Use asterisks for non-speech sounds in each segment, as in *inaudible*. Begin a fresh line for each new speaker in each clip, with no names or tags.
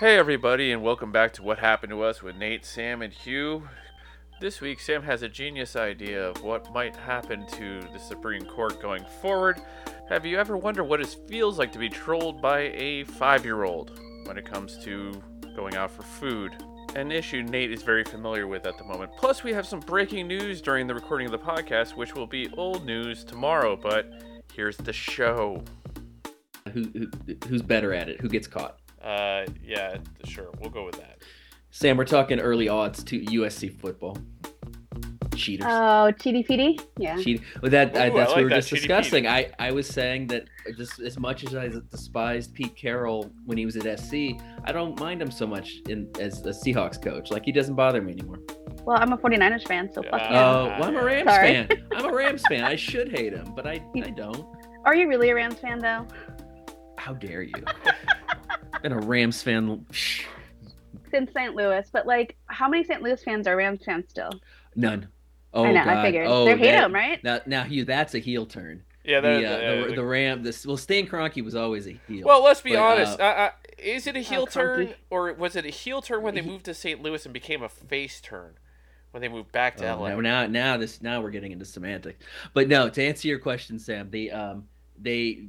Hey, everybody, and welcome back to What Happened to Us with Nate, Sam, and Hugh. This week, Sam has a genius idea of what might happen to the Supreme Court going forward. Have you ever wondered what it feels like to be trolled by a five year old when it comes to going out for food? An issue Nate is very familiar with at the moment. Plus, we have some breaking news during the recording of the podcast, which will be old news tomorrow, but here's the show.
Who, who who's better at it? Who gets caught?
Uh, yeah, sure, we'll go with that.
Sam, we're talking early odds to USC football. Cheaters.
Oh, cheaty peaty? Yeah.
Cheat. Well, that I,
Ooh, I
that's what
like
we were
that,
just
cheaty-peaty.
discussing. I, I was saying that just as much as I despised Pete Carroll when he was at SC, I don't mind him so much in as a Seahawks coach. Like he doesn't bother me anymore.
Well, I'm a 49ers fan, so fuck
Yeah.
you.
Oh, well, I'm a Rams
Sorry.
fan. I'm a Rams fan. I should hate him, but I I don't.
Are you really a Rams fan, though?
How
*laughs*
dare you? And a Rams fan. psh,
Since St. Louis, but like, how many St. Louis fans are Rams fans still?
None. Oh
I know,
God.
I figured.
Oh,
they hate
that-
them, right?
Now, now, Hugh, that's a heel turn.
Yeah, that,
the, uh,
yeah,
the,
the-
the Ram, this well, Stan Kroenke was always a heel.
Well, let's be
But, uh,
honest. Uh, uh, is it a heel turn,
clunky.
or was it a heel turn when they
He-
moved to St. Louis and became a face turn when they moved back to
Oh,
LA?
now, now, now this, now we're getting into semantics. But no, to answer your question, Sam, they um they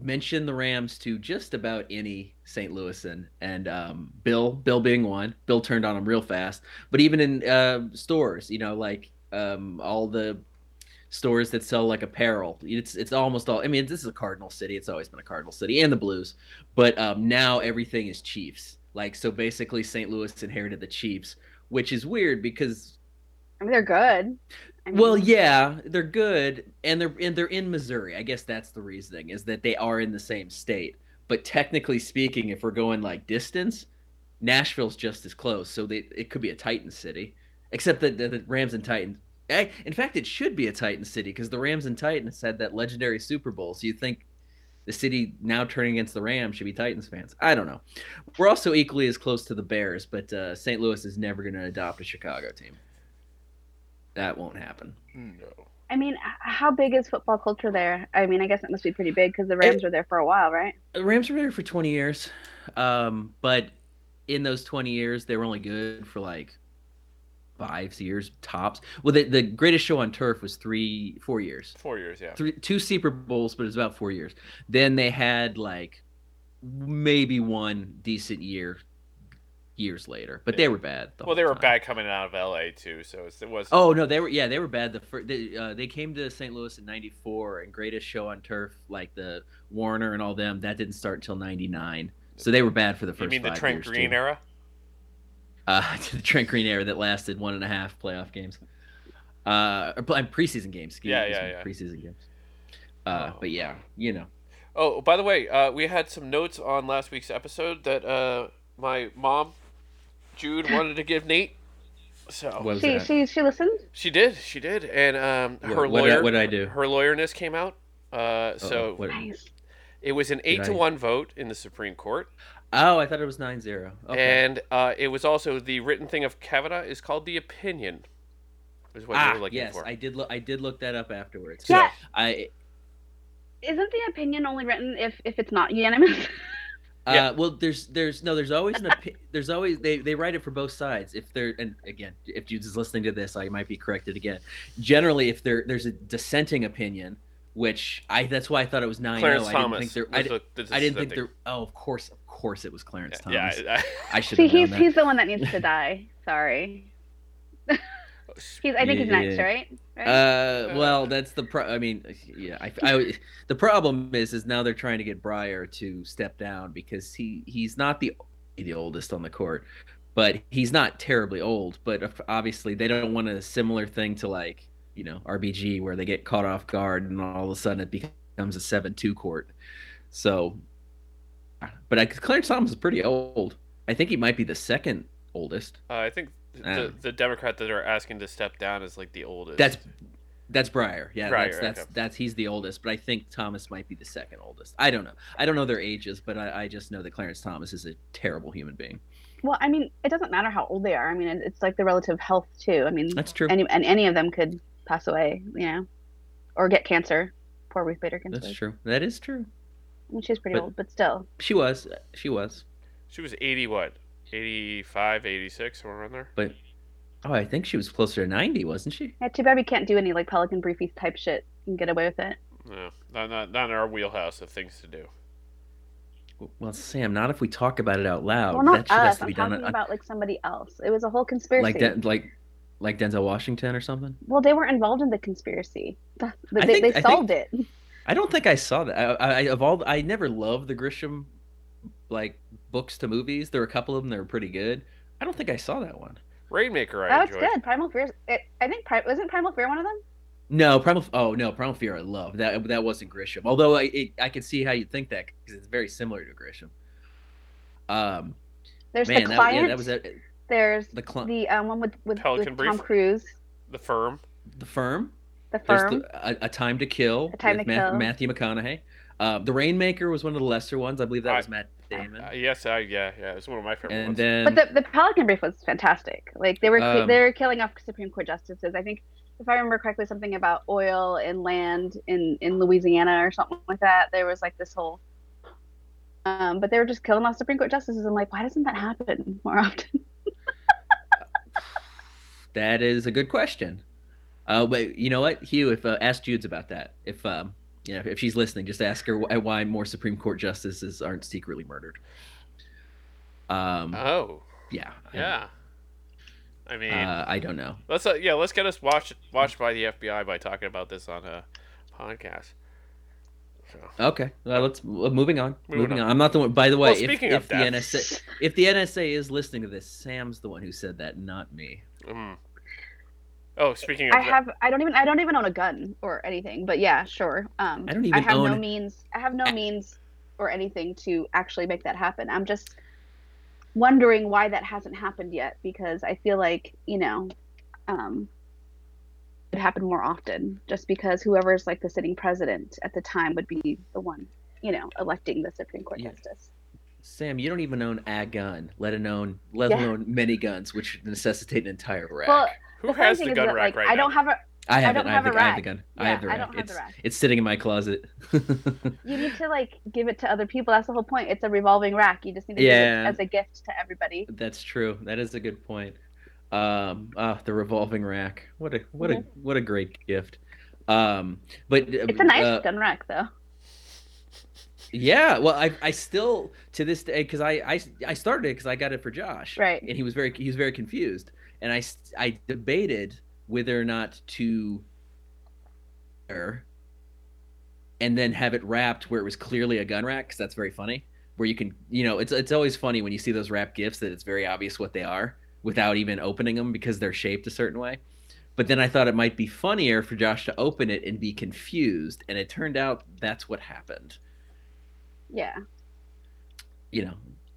mentioned the Rams to just about any St. Louisan, and um Bill, Bill being one, Bill turned on him real fast. But even in uh, stores, you know, like um all the stores that sell like apparel, it's it's almost all. I mean, this is a Cardinal city. It's always been a Cardinal city, and the Blues. but um, now everything is Chiefs. Like so, basically, St. Louis inherited the Chiefs, which is weird because
I mean, they're good. I mean,
well, yeah, they're good, and they're and they're in Missouri. I guess that's the reasoning is that they are in the same state. But technically speaking, if we're going like distance, Nashville's just as close, so they, it could be a Titan city, except that the, the Rams and Titans. eh, In fact, it should be a Titan city because the Rams and Titans had that legendary Super Bowl. So you think the city now turning against the Rams should be Titans fans? I don't know. We're also equally as close to the Bears, but uh, St. Louis is never going to adopt a Chicago team. That won't happen.
Hmm, No.
I mean, h- how big is football culture there? I mean, I guess it must be pretty big because the Rams were there for a while, right?
The Rams were there for 20 years, um, but in those 20 years, they were only good for like five years tops. Well, the, the greatest show on turf was three, four years,
Four years, yeah.
three, two Super Bowls, but it was about four years. Then they had like maybe one decent year years later, but they
Yeah.
were bad. the
Well,
whole
they were
time.
bad coming out of LA too, so it's, it was.
Oh no, they were yeah, they were bad. The first, they, uh, they came to St. Louis in '94, and Greatest Show on Turf, like the Warner and all them, that didn't start until '99. So they were bad for the first.
you mean the
five
Trent
years,
Green
too.
era?
Uh, *laughs* the Trent Green era that lasted one and a half playoff games, uh, or pl- preseason games. excuse-
Yeah,
excuse
yeah,
me,
yeah.
Preseason games. Uh,
Oh.
But yeah, you know.
Oh, by the way, uh, we had some notes on last week's episode that uh, my mom, Jude, wanted to give Nate. So
What was
She,
that?
she, she listened.
she did, she did, and um,
What-
her
what did I-
lawyer,
what did I do?
her lawyerness came out. Uh,
Uh-oh,
so
what-
Nice.
it was an eight to
I-
one vote in the Supreme Court.
oh, I thought it was nine zero. Okay.
And uh, it was also the written thing of Kavanaugh is called the opinion. Is what we
ah,
were looking
yes,
for.
I did look. I did look that up afterwards.
Yeah.
So I
Isn't the opinion only written if if it's not unanimous?
Uh,
Yeah.
Well, there's there's no there's always an opi- *laughs* there's always they they write it for both sides. If they're and again, if Jude's is listening to this, I might be corrected again. Generally, if there there's a dissenting opinion, which I that's why I thought it was nine. oh.
Clarence
I
Thomas.
didn't think there. I,
was
di-
the- the
I didn't think
dissenting.
there. Oh, of course, of course, it was Clarence
Yeah,
Thomas.
yeah,
I should
See,
have known
he's
that.
he's the one that needs to die. Sorry. He's. I think he's next,
Yeah.
right? Right?
Uh, well, that's the pro. I mean, yeah, I, I- the problem is, is now they're trying to get Breyer to step down because he he's not the the oldest on the court, but he's not terribly old. But if- obviously, they don't want a similar thing to like you know RBG where they get caught off guard and all of a sudden it becomes a seven two court. So, but I, Clarence Thomas is pretty old. I think he might be the second oldest.
Uh, I think the,
Um.
the Democrat that are asking to step down is like the oldest.
That's that's Breyer. Yeah,
Breyer,
that's that's
okay.
that's he's the oldest, but I think Thomas might be the second oldest. I don't know. I don't know their ages, but I, I just know that Clarence Thomas is a terrible human being.
Well, I mean, it doesn't matter how old they are. I mean, it- it's like the relative health too. I mean,
That's true.
any and any of them could pass away, you know, or get cancer. Poor Ruth Bader Ginsburg.
That's true. That is true.
I mean, she's pretty
But-
old, but still,
She was. She was.
She was 80 what? 85, 86, somewhere around there.
But oh, I think she was closer to ninety, wasn't she?
Yeah, too bad we can't do any like Pelican Briefies type shit and get away with it.
No, not, not, not in our wheelhouse of things to do.
Well, Sam, not if we talk about it out loud.
well, not
Oh, that shit has
us.
to
I'm
be
talking
done on-
about like somebody else. It was a whole conspiracy.
like Den- like like Denzel Washington or something.
Well, they were involved in the conspiracy. That-
I
They,
think-
they
I
solved it.
I don't think I saw that. I, I of all I never loved the Grisham like books to movies. There were a couple of them that were pretty good. I don't think I saw that one.
Rainmaker, I
That was
enjoyed.
good. Primal Fear. It, I think Pri- wasn't Primal Fear one of them?
No, Primal. Oh no, Primal Fear. I love that. That wasn't Grisham. Although I it, I could see how you'd think that because it's very similar to Grisham. Um,
There's
man,
the
that,
client.
yeah, that was that,
There's
the cl-
the um, one with with,
Pelican
with
Brief?
Tom Cruise,
The Firm.
the firm.
the
There's
firm.
the, a, a Time to Kill
A Time
with
to Kill.
Matthew McConaughey. Um, the Rainmaker was one of the lesser ones. I believe that
I-
was Matt Damon.
Uh, yes, I yeah yeah. It's one of my favorite
and
ones.
then
but the, the Pelican Brief was fantastic. Like they were
Um,
they were killing off Supreme Court justices. I think if I remember correctly, something about oil and land in in Louisiana or something like that. There was like this whole. Um, but they were just killing off Supreme Court justices. I'm like, why doesn't that happen more often?
that is a good question. Uh, but you know what, Hugh? If uh, ask Jude's about that, if um, you know, if she's listening, just ask her why, why more Supreme Court justices aren't secretly murdered. Um,
oh
yeah, I-
yeah. I mean,
Uh, I don't know.
let's uh, yeah let's get us watched watched by the FBI by talking about this on a podcast. So,
Okay, well, let's well, moving on.
Moving
Moving,
on.
on. I'm not the one. By the way,
Well,
if,
speaking
if
of
the
death.
NSA, if the NSA is listening to this, Sam's the one who said that, not me.
mm. Oh, speaking of
I
that-
have I don't even I don't even own a gun or anything, but yeah, sure. Um
I don't even
I have no
own-
means I have no means or anything to actually make that happen. I'm just wondering why that hasn't happened yet because I feel like, you know, um it happened more often just because whoever's like the sitting president at the time would be the one, you know, electing the Supreme Court
Yeah.
justice.
Sam, you don't even own a gun, let alone let
Yeah.
alone many guns, which necessitate an entire rack.
Well,
who
funny
has
thing
the
is
gun
that,
rack
like,
right
I
now?
don't have a
I have
don't
it. I
have
have,
a
the, I have the
rack.
gun. I
Yeah,
have the
I
rack.
don't have the
it's,
rack.
it's sitting in my closet. *laughs*
you need to like give it to other people. That's the whole point. It's a revolving rack. You just need to
Yeah.
give it as a gift to everybody.
That's true. That is a good point. Um, ah, the revolving rack. What a what a what a great gift. Um, but
It's a nice
uh,
gun rack though.
Yeah, well, I I still to this day because I, I I started it because I got it for Josh,
Right.
And he was very he was very confused, and I s- I debated whether or not to, er, and then have it wrapped where it was clearly a gun rack because that's very funny. Where you can you know it's it's always funny when you see those wrap gifts that it's very obvious what they are without even opening them because they're shaped a certain way. But then I thought it might be funnier for Josh to open it and be confused, and it turned out that's what happened
Yeah.
you know,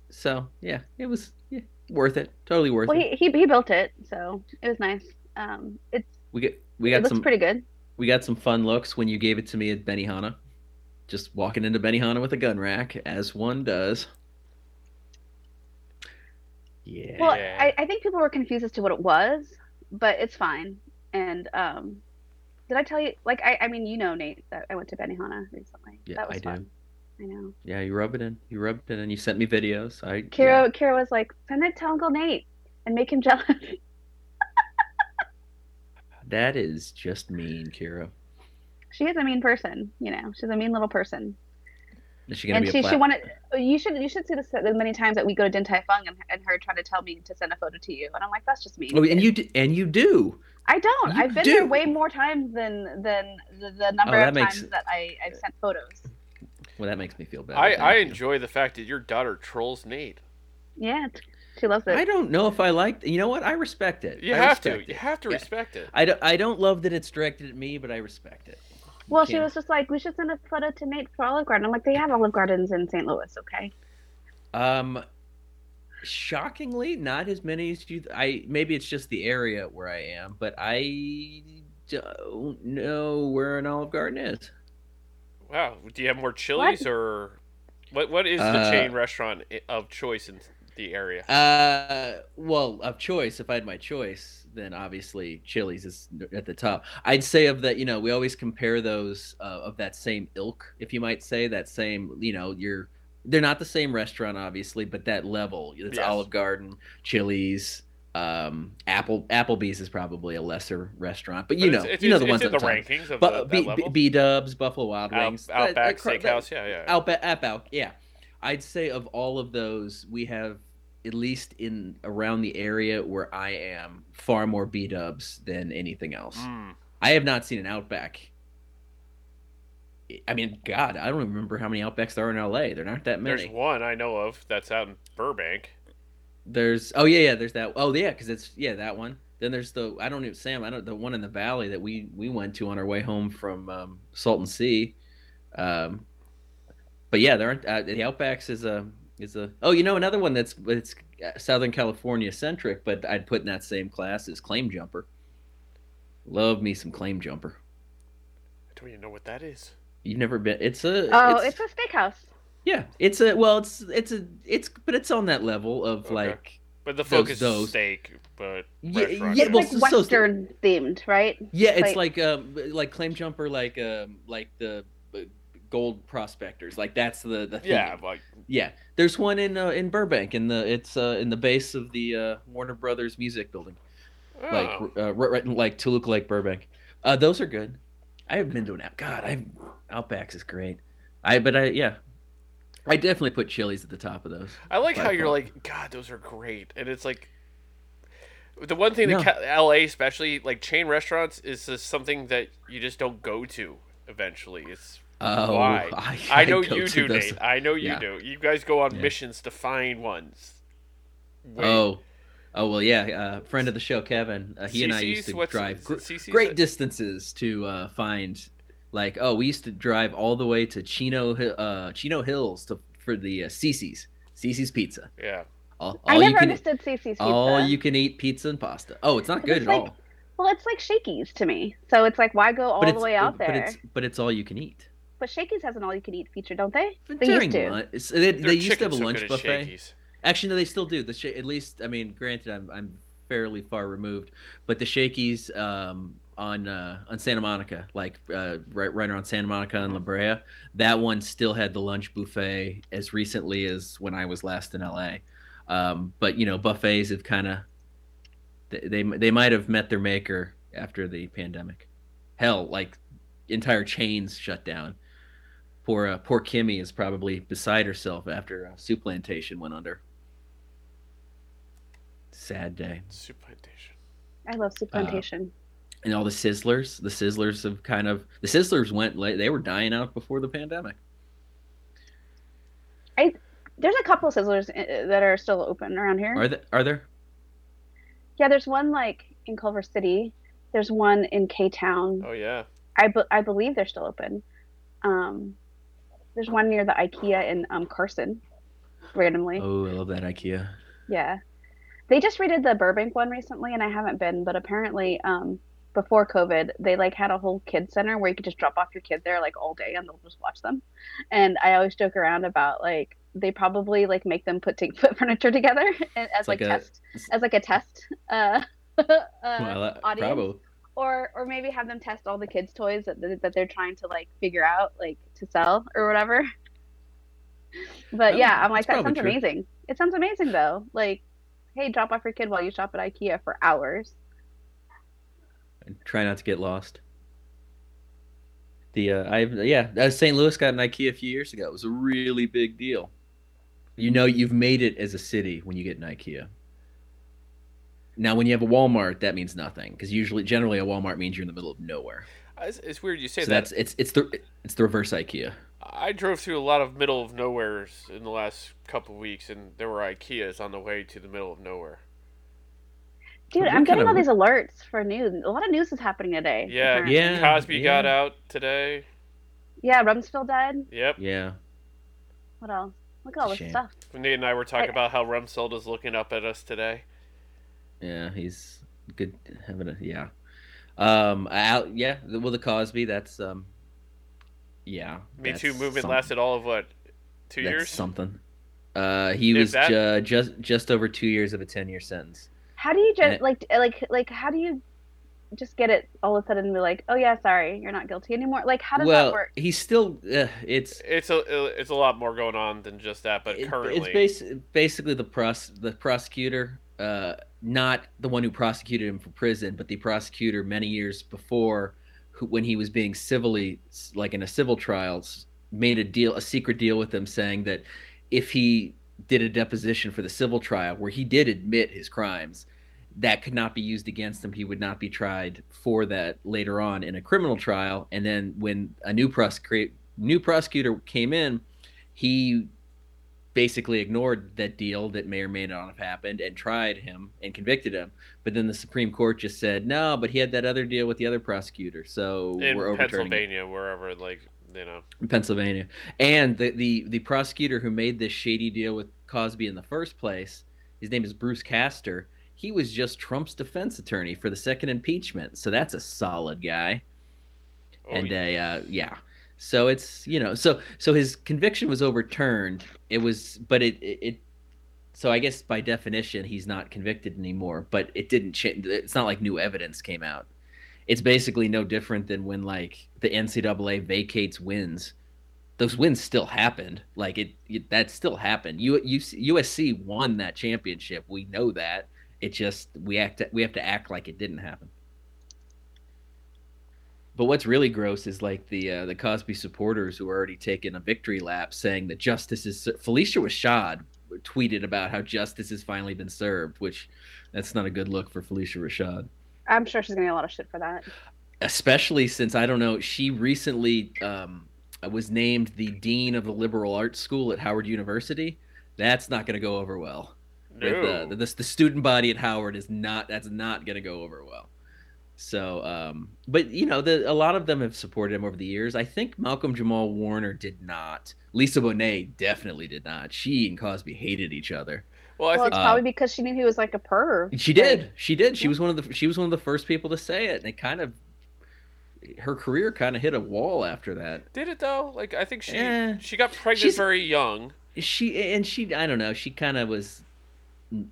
so yeah, it was yeah, worth it. Totally worth
Well,
it.
he, he he built it, so it was nice. Um, it's
We get we
it
got
looks
some
pretty good.
we got some fun looks when you gave it to me at Benihana. Just walking into Benihana with a gun rack, as one does. Yeah.
Well,
Yeah.
I, I think people were confused as to what it was, but it's fine. And um, did I tell you? Like, I I mean, you know, Nate, that I went to Benihana recently.
Yeah,
that was
I do.
fun. I know.
yeah, you rub it in. You rubbed it in. You sent me videos. I
Kira Kira was like, send it to Uncle Nate and make him *laughs* jealous.
yeah. that is just mean, Kira.
she is a mean person, you know. She's a mean little person.
Is she gonna
and
be
she,
a
she
flat?
wanted you should you should see this the many times that we go to Din Tai Fung and, and her trying to tell me to send a photo to you and I'm like that's just me
Oh, and you d- and you do.
I don't
you
I've been there
do.
way more times than than the, the number
Oh, that
of
makes-
times that I I've sent photos
Well, that makes me feel better.
I, I
Thank you.
enjoy the fact that your daughter trolls Nate.
yeah t- she loves it
I don't know if I liked. You know what? I respect it.
You
I
have to.
respect
You
it.
have to
Yeah.
respect it.
I don't, I don't love that it's directed at me, but I respect it.
well she
can't-
was just like we should send a photo to Nate for Olive Garden I'm like they have Olive Gardens in St Louis okay
Um, shockingly, not as many as you. I maybe it's just the area where I am, but I don't know where an Olive Garden is.
Wow. Do you have more Chili's or what? What is the
Uh,
chain restaurant i- of choice in the area?
Uh, well, of choice, if I had my choice, then obviously Chili's is at the top. I'd say of that, you know, we always compare those uh, of that same ilk, if you might say, that same, you know, your they're not the same restaurant, obviously, but that level. It's
Yes.
Olive Garden, Chili's, um, Apple Applebee's is probably a lesser restaurant, but you
But
know,
it's, it's,
you know
it's,
the ones
it's in
that
the
I'm talking-
rankings of the,
But
that
B,
level.
Dubs, Buffalo Wild
Out-
Wings, that-
Outback
that cra- that-
Steakhouse, yeah, yeah.
Outback, Outback, yeah. I'd say of all of those, we have at least in around the area where I am far more B Dubs than anything else.
Mm.
I have not seen an Outback. I mean, God, I don't remember how many Outbacks there are in LA. There aren't that many.
There's
There's,
one I know of that's out in Burbank.
oh yeah, yeah. There's that. Oh yeah, because it's yeah that one. Then there's the I don't even Sam. I don't the one in the valley that we we went to on our way home from um, Salton Sea. Um, but yeah, there aren't uh, the Outbacks is a is a oh you know another one that's it's uh, Southern California centric, but I'd put in that same class is Claim Jumper. Love me some Claim Jumper.
I don't even know what that is.
You've never been. It's a.
Oh, it's, a steakhouse.
yeah. It's a well. It's it's a it's but it's on that level of
Okay.
like
But the
Those-
focus
those.
is steak, but
Yeah,
restaurant,
yeah,
It's
well,
like
so- Oh, so-
Western themed, right?
yeah. It's
Like-
like um like claim jumper like um like the uh, gold prospectors like that's the the thing.
yeah, like
yeah. There's one in uh, in Burbank in the it's uh, in the base of the uh, Warner Brothers Music Building like
oh.
uh, right, right like Toluca Lake Burbank. Uh, those are good. I haven't been to an out. God, I Outbacks is great. I but I yeah. I definitely put Chili's at the top of those.
I like how
Like,
you're
uh,
like, God, those are great, and it's like the one thing
No.
that ca- L.A. especially like chain restaurants is just something that you just don't go to eventually.
*laughs*
It's
Oh,
Why?
I,
I know
go
you
to
do,
those-
Nate. I know you
Yeah.
do. You guys go on
Yeah.
missions to find ones. Wait,
Oh, oh well, yeah. Uh, friend of the show, Kevin. Uh, he and I used
CC's?
to
What's-
drive gr-
CC's?
great distances to uh, find. Like, oh, we used to drive all the way to Chino Hi- uh, Chino Hills to for the uh, Cece's Cece's Pizza.
Yeah,
All,
I
all
never
you can
understood CC's pizza.
all you can eat pizza and pasta. Oh, it's not
But
good
it's
at
like
all.
Well, it's like Shakey's to me. So it's like, why go all
but
the
it's,
way out
But
there?
it's but it's all you can eat.
But Shakey's has an all-you-can-eat feature, don't they?
But
They
During
used to.
lunch, it's- they,
Their
they used to have
chicken's
a
so
lunch
good at
buffet.
Shakey's.
Actually, no, they still do. The sh- at least, I mean, granted, I'm I'm fairly far removed, but the Shakey's um, on uh, on Santa Monica, like uh, right right around Santa Monica and La Brea, that one still had the lunch buffet as recently as when I was last in LA. Um, but you know, buffets have kind of they, they they might have met their maker after the pandemic. Hell, like entire chains shut down. Poor uh, poor Kimmy is probably beside herself after uh, soup plantation went under. Sad day.
Soup plantation.
I love Soup
Uh,
Plantation.
And all the sizzlers, the sizzlers have kind of the sizzlers went late. They were dying out before the pandemic.
there's a couple Sizzlers uh, that are still open around here.
Are there? Are there?
Yeah, there's one like in Culver City. There's one in K Town.
Oh yeah.
I, be- I believe they're still open. Um, there's one near the IKEA in um, Carson, randomly.
Oh, I love that IKEA.
Yeah. They just redid the Burbank one recently, and I haven't been, but apparently, um, before COVID, they like had a whole kid center where you could just drop off your kid there like all day, and they'll just watch them. And I always joke around about like they probably like make them put *laughs* t- put furniture together *laughs* and,
It's
as like,
like a-
test as like a test, uh, *laughs* uh,
well, I,
audience?
probably.
or or maybe have them test all the kids' toys that that that they're trying to like figure out like to sell or whatever. *laughs* But
Oh,
yeah, I'm like
that's
that
probably
sounds
true.
amazing. It sounds amazing though. Like, hey, drop off your kid while you shop at IKEA for hours.
and try not to get lost. The uh, I yeah, uh, St. Louis got an IKEA a few years ago. It was a really big deal. You know, you've made it as a city when you get an IKEA. Now, when you have a Walmart, that means nothing because usually, generally, a Walmart means you're in the middle of nowhere.
It's, it's weird you say that.
so that's it's it's the it's the reverse IKEA.
I drove through a lot of middle of nowheres in the last couple of weeks, and there were IKEAs on the way to the middle of nowhere.
Dude,
What
I'm
kind
getting
of-
all these alerts for news. A lot of news is happening today.
Yeah.
apparently.
Yeah,
Cosby got
yeah.
out today.
Yeah, Rumsfeld died.
Yep.
Yeah,
What else? Look at
It's
all
a
this
shame.
stuff.
Nate and I were talking
I-
about how Rumsfeld is looking up at us today.
yeah, he's good having a yeah. Um, out yeah. the- Well, the Cosby. That's um, yeah.
Me
that's
Too movement
something.
lasted all of what, two
That's
years?
something. Uh, he
If
was
that-
ju- just just over two years of a ten year sentence.
How do you
And
just
it-
like like like how do you just get it all of a sudden and be like, oh yeah, sorry, you're not guilty anymore? Like, how does that
well,
work?
he's still. Uh, it's
It's a uh, it's a lot more going on than just that, but
it-
currently
it's basi- basically the pros the prosecutor, uh, not the one who prosecuted him for prison, but the prosecutor many years before, who when he was being civilly like in a civil trials, made a deal a secret deal with them saying that if he did a deposition for the civil trial where he did admit his crimes that could not be used against him he would not be tried for that later on in a criminal trial and then when a new prosecutor new prosecutor came in he basically ignored that deal that may or may not have happened and tried him and convicted him but then the supreme court just said no but he had that other deal with the other prosecutor so
in
we're overturning it."
Pennsylvania, wherever like you know.
in Pennsylvania. And the, the the prosecutor who made this shady deal with Cosby in the first place, his name is Bruce Castor. He was just Trump's defense attorney for the second impeachment, so that's a solid guy.
Oh,
and a uh, yeah, so it's you know so so his conviction was overturned. It was, but it it. it so I guess by definition he's not convicted anymore, but it didn't change. It's not like new evidence came out. It's basically no different than when like the NCAA vacates wins those wins still happened. Like it, it that still happened. U, U, USC won that championship. We know that. It just we act we have to act like it didn't happen. But what's really gross is like the uh, the Cosby supporters who are already taking a victory lap, saying that justice is Felicia Rashad tweeted about how justice has finally been served, which that's not a good look for Felicia Rashad
I'm sure she's gonna get a lot of shit for that.
especially since I don't know, she recently um, was named the dean of the liberal arts school at Howard University. That's not going to go over well.
Oh, no.
With, uh, the, the, the student body at Howard is not. That's not going to go over well. So, um, but you know, the, a lot of them have supported him over the years. I think Malcolm Jamal Warner did not. Lisa Bonet definitely did not. She and Cosby hated each other.
well, I
well,
think
it's probably because she knew he was like a perv.
Uh, She
Like,
did. She did. She was one of the she was one of the first people to say it. And it kind of her career kind of hit a wall after that.
did it though. Like I think she
Eh.
she got pregnant
She's-
very young.
She and she I don't know, she kind of was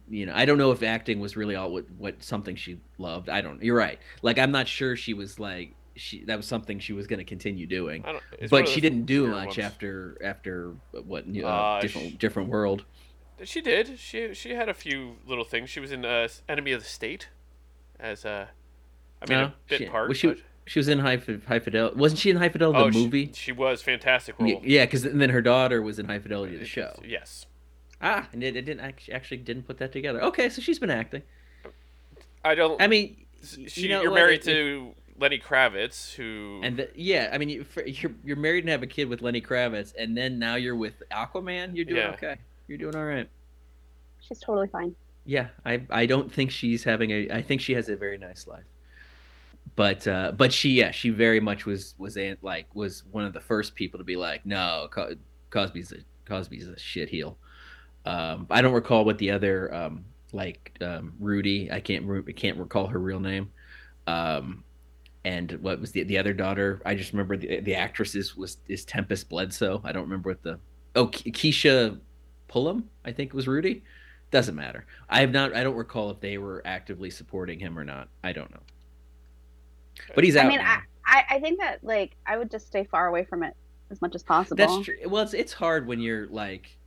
you know, I don't know if acting was really all what what something she loved. I don't. You're right. Like I'm not sure she was like she that was something she was going to continue doing.
I don't. It's one
But
of
she
those
didn't do
weird
much
ones.
after after what uh,
Uh,
different
she-
different world.
She did. She she had a few little things. She was in uh, Enemy of the State, as a, I mean,
No,
a bit
she-
part.
was she-
but-
She was in High, Fi- High Fidelity. Wasn't she in High Fidelity
oh,
the
she-
movie?
She, was fantastic
Y-
role.
Yeah, because then her daughter was in High Fidelity, the show.
Yes,
Ah, and it, it didn't actually, actually didn't put that together. Okay, so she's been acting.
I don't.
I mean, y-
she,
you know
you're
what,
married
it- it-
to Lenny Kravitz, who
and the, yeah, I mean, you, for, you're you're married and have a kid with Lenny Kravitz, and then now you're with Aquaman. You're doing
Yeah.
okay. You're doing all right.
She's totally fine.
Yeah, I I don't think she's having a. I think she has a very nice life. But uh, but she yeah she very much was was an, like was one of the first people to be like no Co- Cosby's a Cosby's a shit heel. Um, I don't recall what the other um, like um, Rudy I can't re- I can't recall her real name. Um, and what was the the other daughter? I just remember the the actress is was is Tempest Bledsoe. I don't remember what the oh Ke- Keisha Pullum I think was Rudy. Doesn't matter. I have not. I don't recall if they were actively supporting him or not. I don't know. But he's out.
I mean,
now.
I, I, I think that like I would just stay far away from it as much as possible.
That's true. Well, it's it's hard when you're like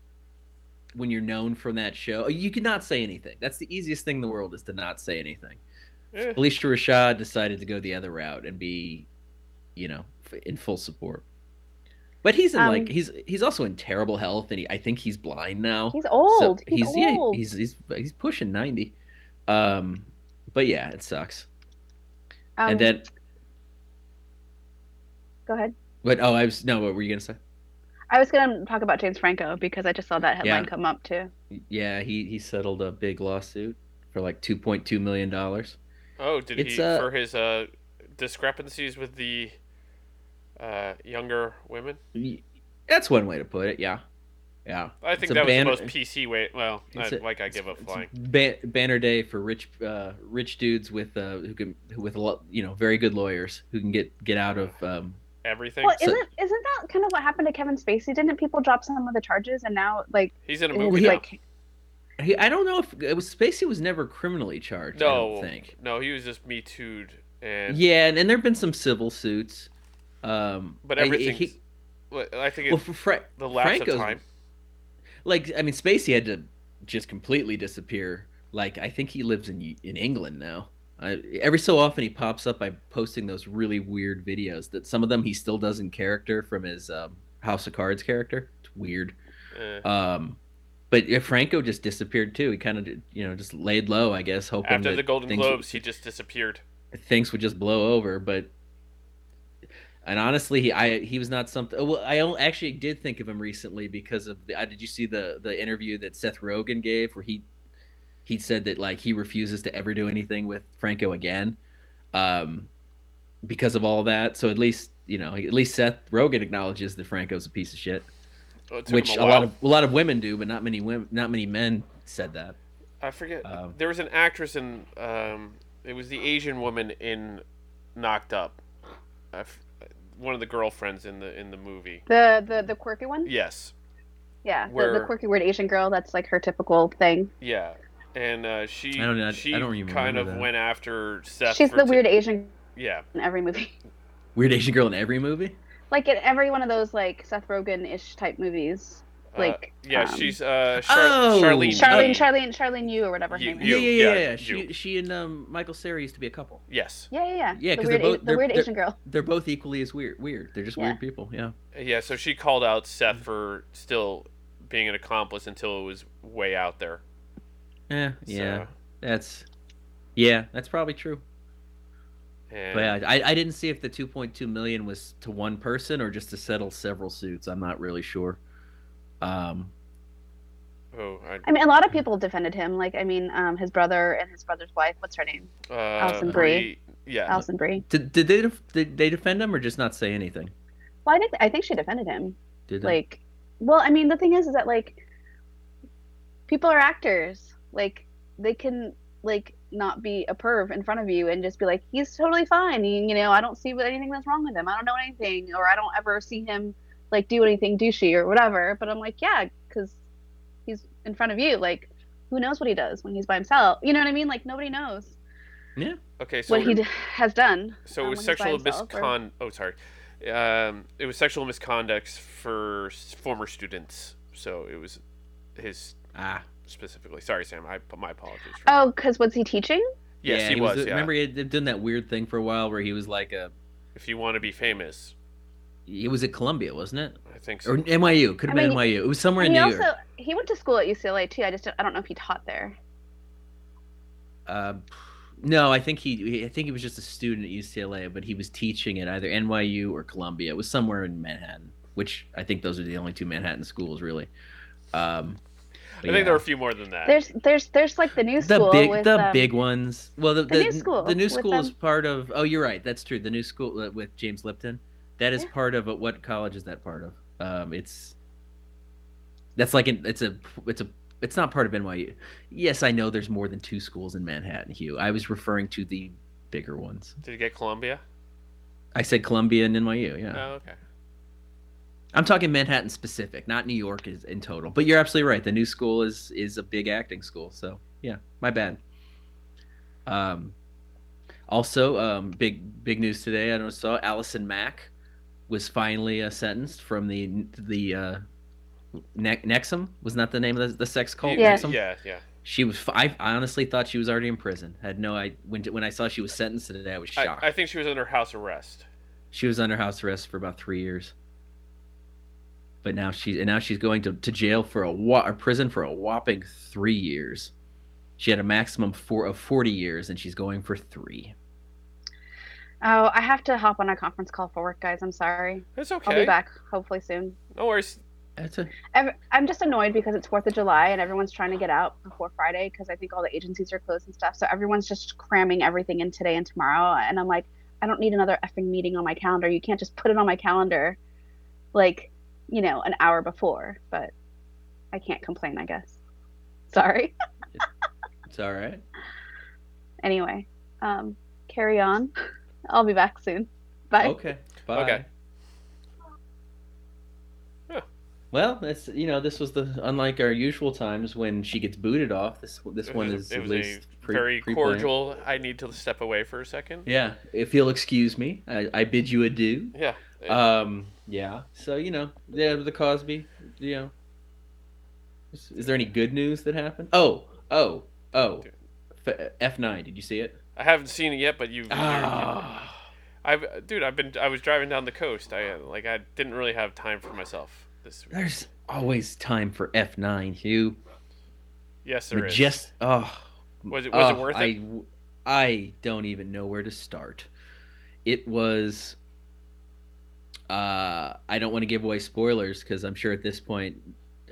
when you're known from that show. Oh, You cannot say anything. That's the easiest thing in the world is to not say
*laughs*
anything.
Eh,
Alicia Rashad decided to go the other route and be, you know, f- in full support. But he's in
Um,
like he's he's also in terrible health, and he, I think he's blind now.
He's
So
old. he's,
yeah,
old.
he's he's he's pushing ninety. Um, but yeah, it sucks.
um,
and then,
go ahead.
but oh, I was no. What were you gonna say?
I was gonna talk about James Franco because I just saw that headline
Yeah.
come up too.
Yeah, he he settled a big lawsuit for like two point two million dollars.
oh, did
it's,
he
uh,
for his uh, discrepancies with the uh, younger women?
That's one way to put it. Yeah, yeah.
I
It's
think
a
that was
banner-
the most PC way. Well, I,
It's a-
like I give up
It's
flying.
ba- banner day for rich uh, rich dudes with uh, who can who with a lot you know very good lawyers who can get get out of um,
Everything.
Well,
so.
isn't isn't that kind of what happened to Kevin Spacey? Didn't people drop some of the charges and now like
he's in a
it
movie
was
now.
like
he, I don't know if it was Spacey was never criminally charged. I
no,
don't think.
no, he was just me too'd And,
yeah, and, and there have been some civil suits. Um,
But
I- I-
everything's.
he-
well, I think it,
well, for Fra-
the lapse
Franco's
of time.
like I mean, Spacey had to just completely disappear. Like I think he lives in in England now. I, every so often he pops up by posting those really weird videos that some of them he still does in character from his um, House of Cards character. It's weird.
eh.
Um, but yeah, Franco just disappeared too. He kind of you know just laid low, I guess, hoping
After
that
the Golden
things-
Globes, he just disappeared.
things would just blow over. But and honestly, he I he was not something. oh, Well, I al- actually did think of him recently because of the. I, did you see the the interview that Seth Rogen gave where he he said that like he refuses to ever do anything with Franco again, um, because of all that. So at least you know at least Seth Rogen acknowledges that Franco's a piece of shit,
Well, Oh, it took him
which a,
while.
lot of a lot of women do, but not many women, not many men said that.
I forget.
Um,
there was an actress in. Um, it was the Asian woman in Knocked Up. I f- one of the girlfriends in the in the movie.
The the the quirky one.
Yes.
Yeah, the,
Where-
the quirky weird Asian girl. That's like her typical thing.
Yeah. And uh, she
I don't know- I
she
don't even
kind of
remember that.
went after Seth.
She's
for
the
t-
weird Asian
Yeah.
in every movie. *laughs*
Weird Asian girl in every movie.
Like in every one of those like Seth Rogen ish type movies.
Uh,
Like
yeah,
um,
she's uh, Char-
Oh!
Charlene.
Charlene,
Yee.
Charlene, Charlene Yu or whatever her
You-
name
you-
is.
yeah, yeah,
yeah,
yeah. She
you.
she and um, Michael Sarah used to be a couple.
Yes.
Yeah, yeah, yeah.
Yeah,
the
'cause
weird,
they're
A-
both-
the
they're-
weird
they're-
Asian girl.
They're both equally as weird. Weird. They're just
Yeah.
weird people. Yeah.
Yeah. So she called out
Mm.
Seth for still being an accomplice until it was way out there.
Yeah.
So,
Yeah. That's. Yeah, that's probably true.
and-
But yeah, I, I didn't see if the 2.2 million was to one person or just to settle several suits. I'm not really sure. Um.
Oh, I,
I mean, a lot of people defended him. Like, I mean, um, his brother and his brother's wife. What's her name?
uh,
Alison
Brie-
Brie.
Yeah.
Alison Brie.
Did, did they def- did they defend him or just not say anything?
Well, I, did, I think she defended him.
Did they?
Like, well, I mean, the thing is, is that like, people are actors. Like, they can like not be a perv in front of you and just be like, he's totally fine. You, you know, I don't see what- anything that's wrong with him. I don't know anything, or I don't ever see him like do anything douchey or whatever. But I'm like, yeah, because he's in front of you. Like, who knows what he does when he's by himself? You know what I mean? Like, nobody knows
Okay. So
what he d- has done.
So it
um,
was
when he's by
sexual
himself, or-
miscon. Oh, sorry. Um, it was sexual misconducts for s- former students. So it was his
ah.
specifically. Sorry, Sam. I my apologies. For
Oh, because was he teaching?
yes, he, was. yeah.
Remember, he had done that weird thing for a while where he was like a.
If you want to be famous,
It was at Columbia, wasn't it?
I think so.
Or NYU? Could have
I
been
mean,
NYU. It was somewhere in
he
New
also
York.
he went to school at UCLA too. I just don't, I don't know if he taught there.
Uh, no, I think he, he. I think he was just a student at UCLA, but he was teaching at either NYU or Columbia. It was somewhere in Manhattan, which I think those are the only two Manhattan schools, really.
I
Um, but
think
yeah.
there are a few more than that.
There's there's there's like the new
the
school
big,
with
the
um,
big ones. Well, the,
the
the,
new school
the new
with
school is
them.
part of. Oh, you're right. That's true. The new school uh, with James Lipton. That is
Yeah.
part of. What college is that part of? Um, it's. That's like an. It's a. It's a. It's not part of NYU. Yes, I know there's more than two schools in Manhattan, Hugh. I was referring to the bigger ones.
Did he get Columbia?
I said Columbia and NYU. Yeah,
Oh, okay.
I'm talking Manhattan specific, not New York is in total. But you're absolutely right. The new school is is a big acting school. So yeah, my bad. Um, also, um, big big news today. I don't know if you saw Allison Mack was finally uh, sentenced from the the uh, ne- Nexum was not the name of the, the sex cult.
Yeah.
Nexum?
Yeah. Yeah.
She was. fi- I honestly thought she was already in prison. Had no. I when when I saw she was sentenced today, I was shocked.
I, I think she was under house arrest.
She was under house arrest for about three years. But now she's and now she's going to, to jail for a wha- or prison for a whopping three years. She had a maximum four of forty years, and she's going for three.
Oh, I have to hop on a conference call for work, guys. I'm sorry.
That's okay.
I'll be back hopefully soon.
No worries.
That's a
Ev- I'm just annoyed because it's Fourth of July and everyone's trying to get out before Friday because I think all the agencies are closed and stuff. So everyone's just cramming everything in today and tomorrow. And I'm like, I don't need another effing meeting on my calendar. You can't just put it on my calendar, like, you know, an hour before. But I can't complain, I guess. Sorry. *laughs*
it's all right.
Anyway, um, carry on. *laughs* I'll be back soon. Bye.
Okay. Bye.
Okay.
Well, it's you know this was the unlike our usual times when she gets booted off. This this
It
one
was-
is
it
at
was
least
a
pre-
very
pre-planned.
cordial. I need to step away for a second.
Yeah, if you'll excuse me, I, I bid you adieu.
Yeah.
Um, yeah. So you know, yeah, the Cosby. You know, is, is there any good news that happened? Oh, oh, oh. F nine. Did you see it?
I haven't seen it yet, but you've. you're-
Ah.
I've, dude, I've been. I was driving down the coast. I uh, like. I didn't really have time for myself this week.
There's always time for F nine, Hugh.
Yes, there is.
Majest- Oh,
Was it- was it
oh,
worth it?
I, I don't even know where to start. It was. Uh, I don't want to give away spoilers because I'm sure at this point,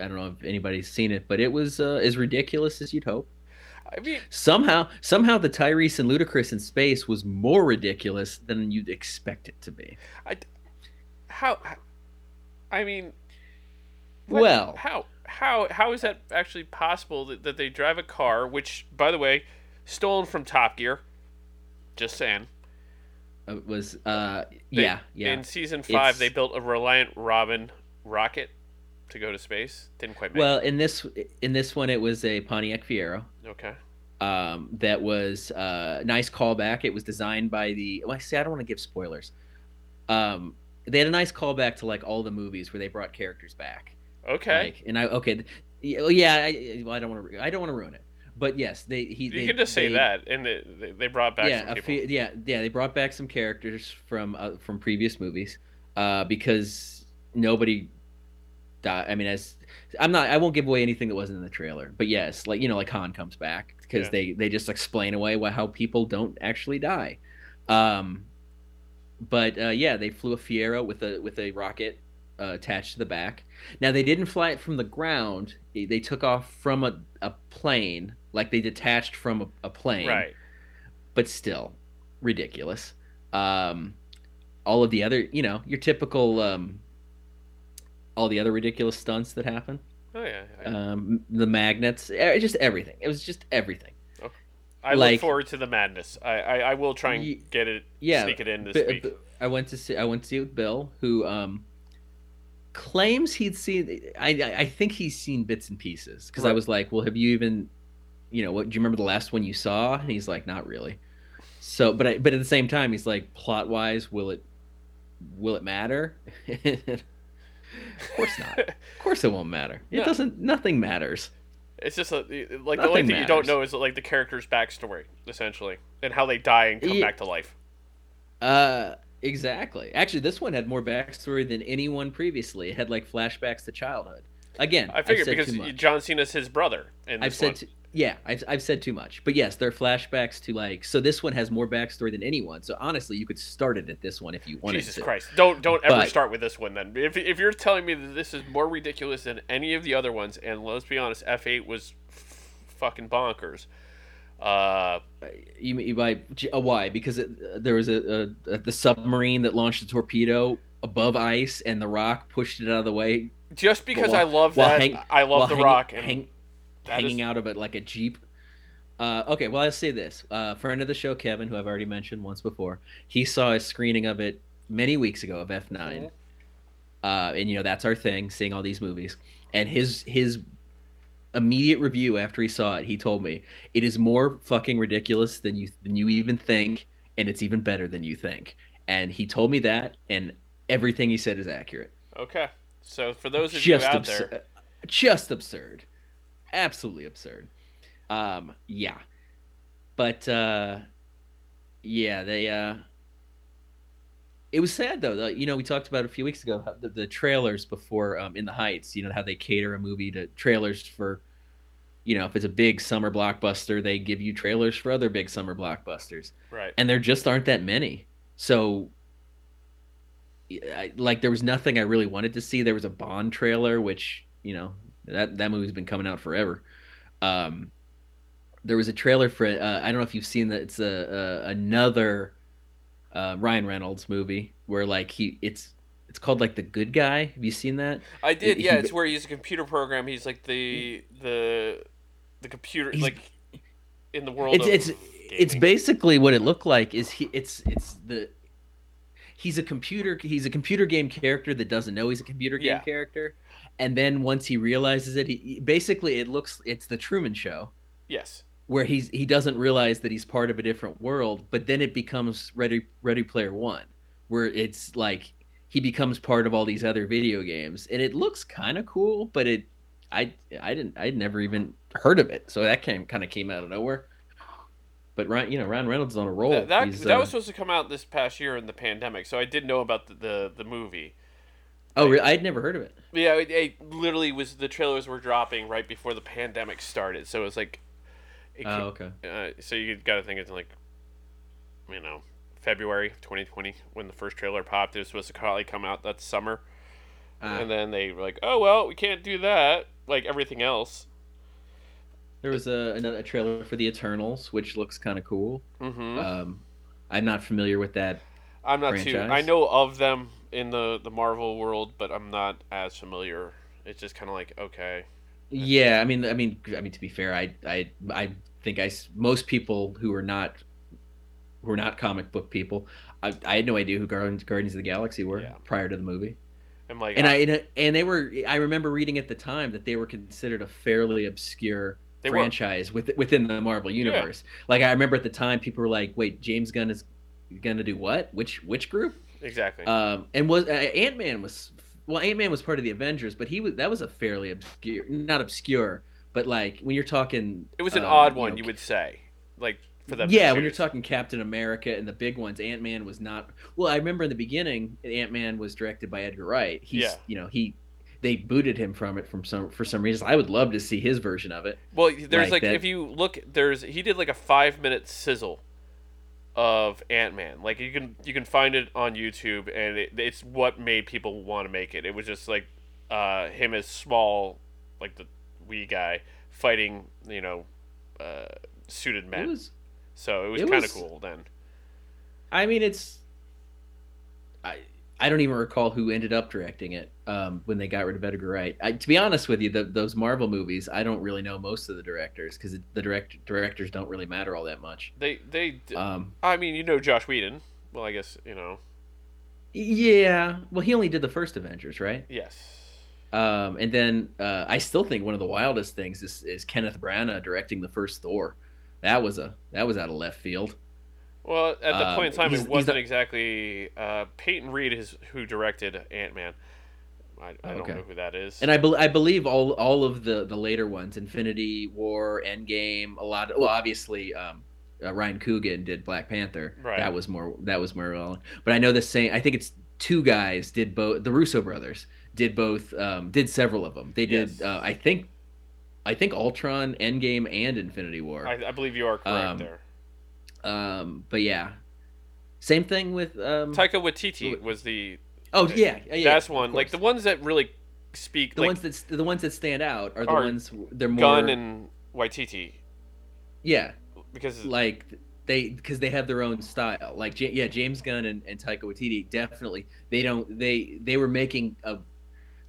I don't know if anybody's seen it, but it was uh, as ridiculous as you'd hope.
I mean,
Somehow, somehow, the Tyrese and Ludacris in space was more ridiculous than you'd expect it to be.
how? I mean,
Well,
how how how is that actually possible that, that they drive a car which by the way stolen from top gear just saying
it was uh,
They-
yeah, yeah.
in season five
It's-
they built a reliant robin rocket to go to space didn't quite make
Well, in this in this one, it was a Pontiac Fiero.
it okay
um, that was uh, nice callback. It was designed by the. Well, I say I don't want to give spoilers. Um, they had a nice callback to like all the movies where they brought characters back.
okay
Like, and I okay, th- yeah, oh, yeah. I, well, I don't want to. I don't want to ruin it. But yes, they he.
you
they,
can just say
they-
that and they, they- they brought back
yeah,
some
a
people
few, yeah, yeah. They brought back some characters from uh, from previous movies uh, because nobody died. I mean, as I'm not, I won't give away anything that wasn't in the trailer. But yes, like you know, like Han comes back because
Yeah.
they they just explain away why, how people don't actually die. Um, but uh, yeah, they flew a Fiero with a with a rocket uh, attached to the back. Now they didn't fly it from the ground. They, they took off from a, a plane, like they detached from a, a plane
right
but still ridiculous. Um, all of the other, you know, your typical, um, all the other ridiculous stunts that happen.
oh yeah I,
Um, the magnets, eh, just everything. It was just everything.
I look
like-
forward to the madness I, I i will try
Ye-
and get it
yeah,
sneak it in this
But-
week
but I went to see. I went to see it with Bill, who um, claims he'd seen. I I- I think he's seen bits and pieces because I
Right.
was like, well, have you even, you know, what do you remember the last one you saw? And he's like, not really. So, but I but at the same time, he's like, plot wise, will it, will it matter? *laughs* of course not. Of course it won't matter. It
No.
doesn't. Nothing matters.
It's just a, like the only
Nothing
thing you don't
matters.
know is like the character's backstory, essentially, and how they die and come
Ye-
back to life.
Uh, exactly. Actually, this one had more backstory than anyone previously. It had like flashbacks to childhood. Again,
I
I've
figured
said too
because
much.
John Cena's his brother, and
I've said, t- yeah, I've, I've said too much. But yes, there are flashbacks to like, so this one has more backstory than anyone. So honestly, you could start it at this one if you wanted
Jesus
to.
Christ, don't don't ever
But-
start with this one then. If if you're telling me that this is more ridiculous than any of the other ones, and let's be honest, F8 was f- fucking bonkers. Uh,
Uh, You, mean by uh, why? Because it, uh, there was a, a, a the submarine that launched a torpedo above ice, and the rock pushed it out of the way.
just because
while-
I love
while
that,
hang-
I love
while
The
hanging-
Rock, and
hang-
that is-
hanging out of it like a jeep. Uh, okay, well I'll say this: uh, friend of the show Kevin, who I've already mentioned once before, he saw a screening of it many weeks ago of F9,
Mhm.
uh, and you know that's our thing, seeing all these movies. And his his immediate review after he saw it, he told me it is more fucking ridiculous than you than you even think, and it's even better than you think. And he told me that, and everything he said is accurate.
okay. So for those of
just
you out
absurd.
there,
Just absurd. Absolutely absurd. Um, yeah. But uh yeah, they uh it was sad though. though, You know, we talked about a few weeks ago how the, the trailers before um, in the Heights. You know how they cater a movie to trailers for, you know, if it's a big summer blockbuster, they give you trailers for other big summer blockbusters
right?
and there just aren't that many. So, I, like, there was nothing I really wanted to see. There was a Bond trailer, which you know that that movie's been coming out forever. Um, there was a trailer for uh, I don't know if you've seen that. It's a, a another uh, Ryan Reynolds movie where like he it's it's called like The Good Guy. Have you seen that?
I did,
he-
yeah. It's where he's a computer program. He's like the the the computer
He's-
like in the world.
it's
of
it's it's
gaming.
basically what it looked like is he it's it's the he's a computer he's a computer game character that doesn't know he's a computer game
Yeah.
character and then once he realizes it, he- he basically it looks it's the Truman Show
Yes.
where he's he doesn't realize that he's part of a different world, but then it becomes Ready Ready Player One, where it's like he becomes part of all these other video games, and it looks kind of cool, but it I I didn't I'd never even heard of it, so that came kind of came out of nowhere. But Ryan, you know, Ryan Reynolds is on a roll.
That, that,
He's,
that
uh,
was supposed to come out this past year in the pandemic, so I did know about the, the, the movie.
oh, really? I'd never heard of it.
Yeah, it, it literally was the trailers were dropping right before the pandemic started, so it was like, it
Oh, okay.
ca- uh, so you got to think it's like, you know, February of 2020 when the first trailer popped. It was supposed to probably come out that summer,
Ah,
and then they were like, oh well, we can't do that, like everything else.
there was a another a trailer for the Eternals, which looks kind of cool.
Mm-hmm.
Um, I'm not familiar with that.
I'm not too.
franchise?
I know of them in the the Marvel world, but I'm not as familiar. It's just kind of like okay,
Yeah, I mean, I mean, I mean. To be fair, I, I, I think I s- most people who are not, who are not comic book people, I, I had no idea who Guardians, Guardians of the Galaxy were
Yeah.
prior to the movie,
I'm like,
and I and, I- and they were. I remember reading at the time that they were considered a fairly obscure
they were
franchise with, within the Marvel universe. Like I remember at the time, people were like, "Wait, James Gunn is going to do what? Which which group?"
exactly.
Um, and was uh, Ant Man was well, Ant Man was part of the Avengers, but he was that was a fairly obscure, not obscure, but like when you're talking,
it was an
um,
odd one,
know,
you would say, like for them. to
yeah, when you're
choose.
talking Captain America and the big ones, Ant Man was not. Well, I remember in the beginning, Ant Man was directed by Edgar Wright. He's,
Yeah.
you know, he they booted him from it from some for some reason. I would love to see his version of it.
Well, there's
like
like,
that-
if you look, there's he did like a five minute sizzle of Ant Man. Like you can you can find it on YouTube, and it, it's what made people want to make it. It was just like uh, him as small, like the wee guy fighting, you know, uh, suited
It
men.
was,
so it was
it
kind of
was-
cool then.
I mean, it's. I I don't even recall who ended up directing it um, when they got rid of Edgar Wright. I, to be honest with you, the, those Marvel movies, I don't really know most of the directors because the direct directors don't really matter all that much.
They they. d-
Um,
I mean, you know Josh Whedon. Well, I guess you know.
yeah, well, he only did the first Avengers, right?
Yes.
Um, and then uh, I still think one of the wildest things is, is Kenneth Branagh directing the first Thor. That was a that was out of left field.
Well, at the
Um,
point in time,
he's-
it
he's
wasn't
the-
exactly uh, Peyton Reed is who directed Ant Man. I, I don't
Okay.
know who that is.
And I, bel I believe all all of the the later ones, Infinity War, Endgame, a lot. Of, well, obviously, um, uh, Ryan Coogan did Black Panther.
Right.
That was more. That was more relevant. But I know the same. I think it's two guys did both. The Russo brothers did both. Um, did several of them. They did.
Yes.
Uh, I think. I think Ultron, Endgame, and Infinity War.
I, I believe you are correct
Um,
there.
Um, but yeah, same thing with. Um,
Taika Waititi was the
oh yeah, yeah, yeah,
that's one.
of
Like the
course.
ones that really speak,
the
like
ones that s- the ones that stand out are the
Are
ones they're more
Gunn and Waititi,
yeah
because
like they because they have their own style like J- yeah james gunn and, and taika waititi definitely they don't they they were making a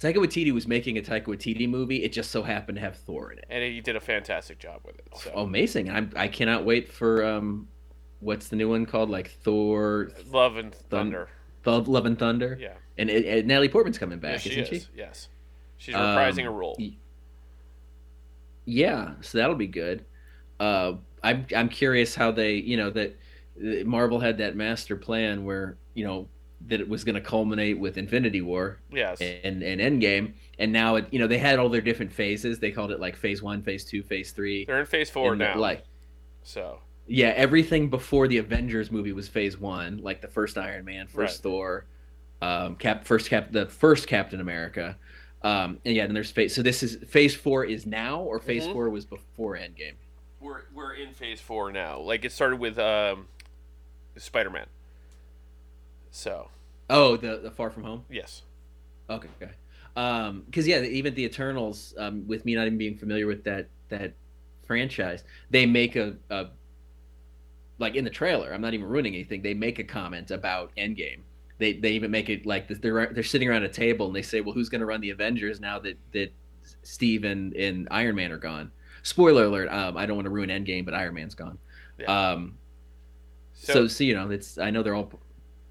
taika waititi was making a taika waititi movie it just so happened to have thor in it Oh,
and he did a fantastic job with it. So
amazing i'm i cannot wait for um what's the new one called like thor
Love and Thunder.
Th- love and thunder
Yeah,
and, it- and natalie portman's coming
yeah
back
she
isn't
is.
she
Yes, she's reprising
Um,
a role.
y- yeah so that'll be good uh i'm i'm curious how they you know that that marvel had that master plan where you know that it was going to culminate with infinity war
Yes,
and and endgame and now it you know they had all their different phases they called it like phase one phase two phase three
they're in Phase Four
and,
now.
like
so
yeah everything before the avengers movie was phase one like the first iron man first
Right.
thor um cap first cap the first captain america um and yeah then there's phase so this is phase four is now or phase
Mhm.
four was before endgame
we're we're in Phase Four now. Like it started with um, Spider Man. So
oh the, the far from home
yes,
okay okay um because yeah even the eternals um with me not even being familiar with that that franchise they make a, a like in the trailer i'm not even ruining anything they make a comment about endgame they they even make it like they're they're sitting around a table and they say well who's going to run the avengers now that that steve and, and iron man are gone spoiler alert um i don't want to ruin endgame but iron man's gone
Yeah.
um
so,
so, so you know it's i know they're all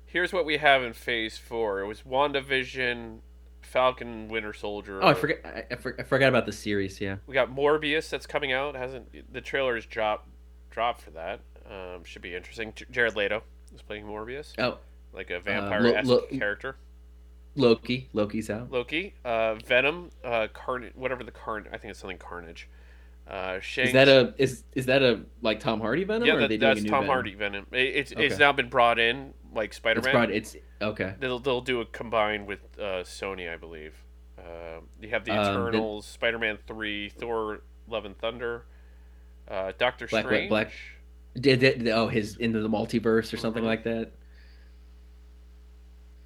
here's what we have in Phase Four. It was WandaVision, Falcon Winter Soldier.
Oh, I forget. I, I, for, I forgot about the series. Yeah.
We got Morbius that's coming out. Hasn't the trailer is dropped dropped for that? Um, should be interesting. J- Jared Leto is playing Morbius,
Oh,
like a vampire esque
Lo- Lo-
character.
Loki. Loki's out.
Loki, uh, Venom, uh, Carnage, whatever the Carnage. I think it's something Carnage. Uh, Shang.
Is that a is is that a like Tom Hardy Venom?
yeah?
or are
That,
they doing
that's
a new
Tom
Venom?
Hardy Venom. It, it's it's
Okay.
now been brought in like Spider
It's
Man.
broad. It's okay.
They'll they'll do a combine with uh, Sony, I believe. Um you have the
Um, the-
Eternals, Spider Man three, Thor, Love and Thunder, uh, Doctor
Black- Black-
Strange.
Black- Did, did oh his into the multiverse or something
Mhm.
like that?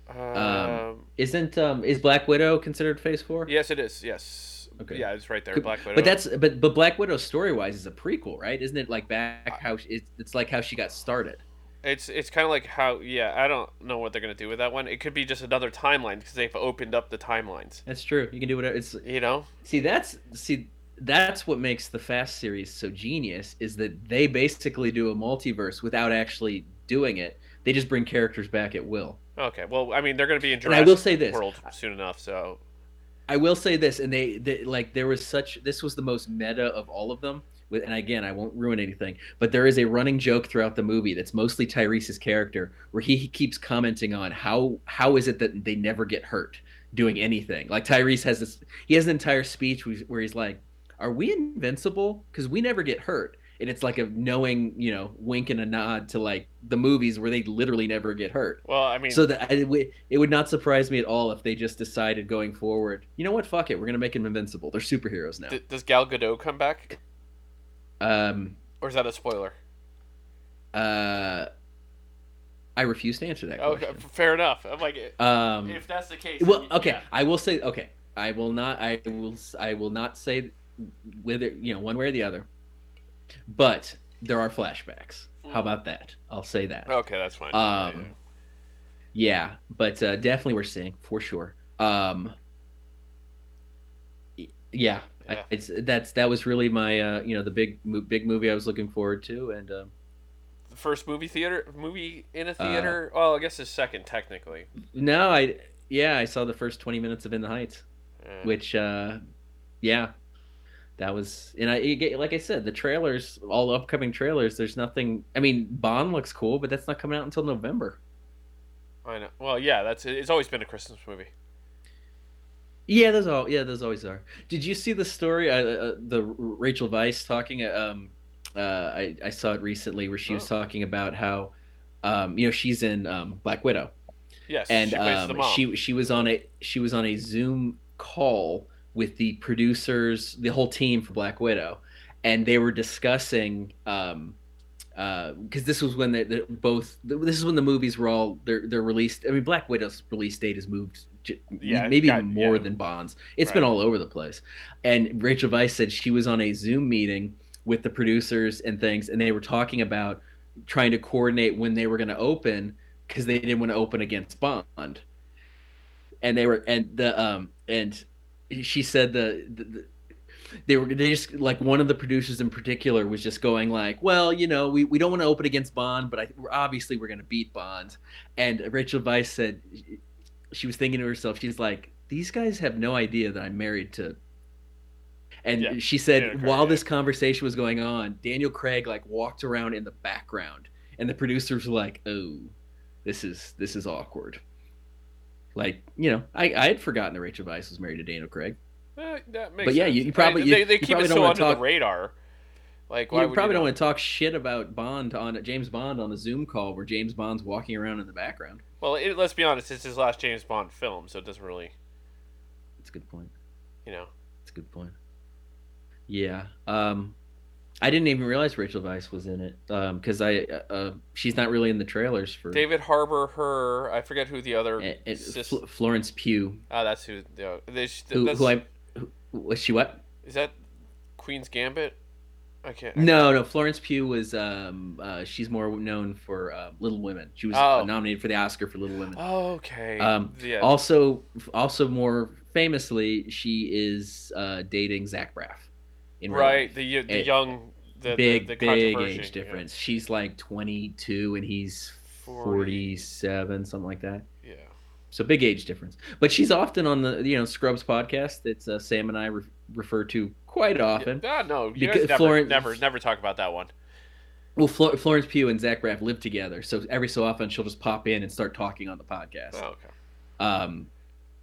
Um,
Isn't um is Black Widow considered Phase Four?
yes, it is. Yes.
Okay.
Yeah, it's right there.
Could-
Black Widow.
But that's but but Black Widow story wise is a prequel, right? Isn't it like back how she, it's, it's like how she got started?
It's it's kind of like how yeah I don't know what they're gonna do with that one. It could be just another timeline because they've opened up the timelines.
That's true. You can do whatever. It's
You know,
see that's see that's what makes the Fast series so genius is that they basically do a multiverse without actually doing it. They just bring characters back at will.
okay. Well, I mean they're gonna be in
And
Jurassic
I will say this:
World soon enough. So
I will say this, and they, they like there was such this was the most meta of all of them. With and again, I won't ruin anything, but there is a running joke throughout the movie that's mostly Tyrese's character, where he, he keeps commenting on how how is it that they never get hurt doing anything. Like Tyrese has this, he has an entire speech where he's- where he's like, "Are we invincible? Because we never get hurt." And it's like a knowing, you know, wink and a nod to like the movies where they literally never get hurt.
well, I mean
So that I, we- it would not surprise me at all if they just decided going forward, you know what? Fuck it, we're gonna make them invincible. They're superheroes now.
d- does Gal Gadot come back
Um,
or is that a spoiler?
uh, I refuse to answer that
Oh, Okay,
question.
fair enough. I'm like
Um,
if that's the case.
well,
then-
okay,
yeah.
I will say okay. I will not. I will. s- I will not say whether you know one way or the other. But there are flashbacks.
Hmm.
How about that? I'll say that.
Okay, that's fine.
Um, Yeah, but uh, definitely we're seeing for sure. Um, y- yeah, I-
Yeah.
it's that's that was really my uh, you know the big mo- big movie I was looking forward to, and um
the first movie theater movie in
uh,
a theater. well, I guess it's second technically.
no, I yeah I saw the first twenty minutes of In the Heights,
Yeah.
which uh, yeah, that was and I you get- like I said the trailers all upcoming trailers. There's nothing. I mean Bond looks cool, but that's not coming out until November.
I know. Well, yeah, that's it's always been a Christmas movie.
Yeah, those all. Yeah, those always are. Did you see the story? Uh, uh, the Rachel Vice talking. uh, Um, uh, I I saw it recently where she was
Oh.
talking about how, um, you know, she's in um, Black Widow,
Yes,
and
she plays the
um,
mom.
she she was on a she was on a Zoom call with the producers, the whole team for Black Widow, and they were discussing um, because this was when they, they both this is when the movies were all they're they're released. I mean, Black Widow's release date has moved. j-
Yeah,
maybe
got-
even more
yeah.
than Bonds. It's been
Right.
all over the place. And Rachel Vice said she was on a Zoom meeting with the producers and things, and they were talking about trying to coordinate when they were going to open because they didn't want to open against Bond. And they were and the um and she said the, the, the they were they just like one of the producers in particular was just going like well you know we, we don't want to open against bond but I, we're obviously we're going to beat bond and rachel Vice said she was thinking to herself she's like these guys have no idea that i'm married to and
Yeah.
she said
Daniel Craig,
while
yeah.
this conversation was going on daniel craig like walked around in the background and the producers were like oh this is this is awkward like you know i i had forgotten that rachel Vice was married to daniel craig
Eh, that makes
But yeah,
sense.
you- you probably-
I-
you-
they, they
you
keep
probably
it
don't
so
wanna
under the
talk-
radar. Like why
you
would
probably
you
don't
know?
want to talk shit about Bond on James Bond on a Zoom call where James Bond's walking around in the background.
Well, it, let's be honest, it's his last James Bond film, so it doesn't really,
That's a good point.
you know.
That's a good point. Yeah. Um, I didn't even realize Rachel Weisz was in it because I uh, uh, she's not really in the trailers for.
David Harbour, her, I forget who the other.
and, and
sis-
Fl- Florence Pugh,
ah, that's who. The, they, sh-
who,
that's,
who I who, was she what?
is that Queen's Gambit? I can't.
No, no. Florence Pugh was um uh, she's more known for uh, Little Women. She was
Oh.
uh, nominated for the Oscar for Little Women.
Oh, okay.
Um,
yeah.
Also, also more famously, she is uh, dating Zach Braff. In real
right,
life.
the y- the
it-
young, the
big,
the, the
big
controversy,
age
yeah.
difference. She's like 22 and he's
40.
47, something like that.
Yeah.
So big age difference. But she's often on the you know Scrubs podcast that uh, Sam and I re- refer to quite often.
Ah, no, you
Because
guys never,
Florence-
never, never talk about that one.
Well, Flo- Florence Pugh and Zach Braff live together, so every so often she'll just pop in and start talking on the podcast.
Oh, okay.
um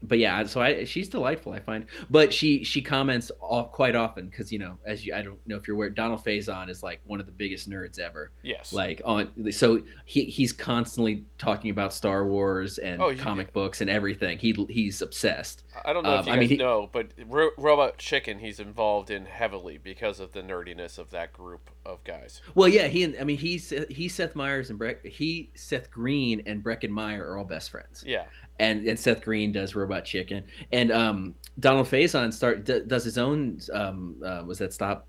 but yeah so i she's delightful i find but she she comments all, quite often because you know as you i don't know if you're aware donald faison is like one of the biggest nerds ever
Yes.
like on so he he's constantly talking about star wars and
Oh, yeah.
comic books and everything he he's obsessed
I don't know
um,
if you
I
guys
mean, he-
know, but Ro- Robot Chicken he's involved in heavily because of the nerdiness of that group of guys.
well yeah he and i mean he's he seth Meyers and Breck, he seth green and Breckin meyer are all best friends
Yeah.
and and Seth Green does Robot Chicken, and um, Donald Faison start d- does his own um, uh, was that stop?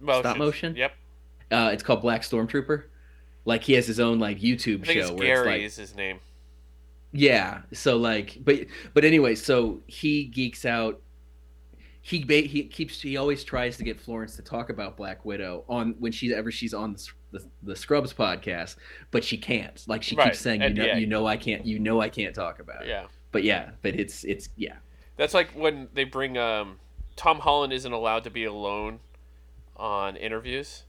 Motions.
motion?
Yep.
Uh, it's called Black Stormtrooper. Like he has his own like YouTube
I think
show
it's
where
Gary
it's like
is his name.
yeah. So like but but anyway, so he geeks out. He ba- he keeps he always tries to get Florence to talk about Black Widow on when she's ever she's on the, s- the, the Scrubs podcast, but she can't. Like she
Right,
keeps saying,
and
you know,
yeah.
you know, I can't, you know, I can't talk about it.
Yeah.
But yeah, but it's it's yeah.
That's like when they bring um, Tom Holland isn't allowed to be alone on interviews.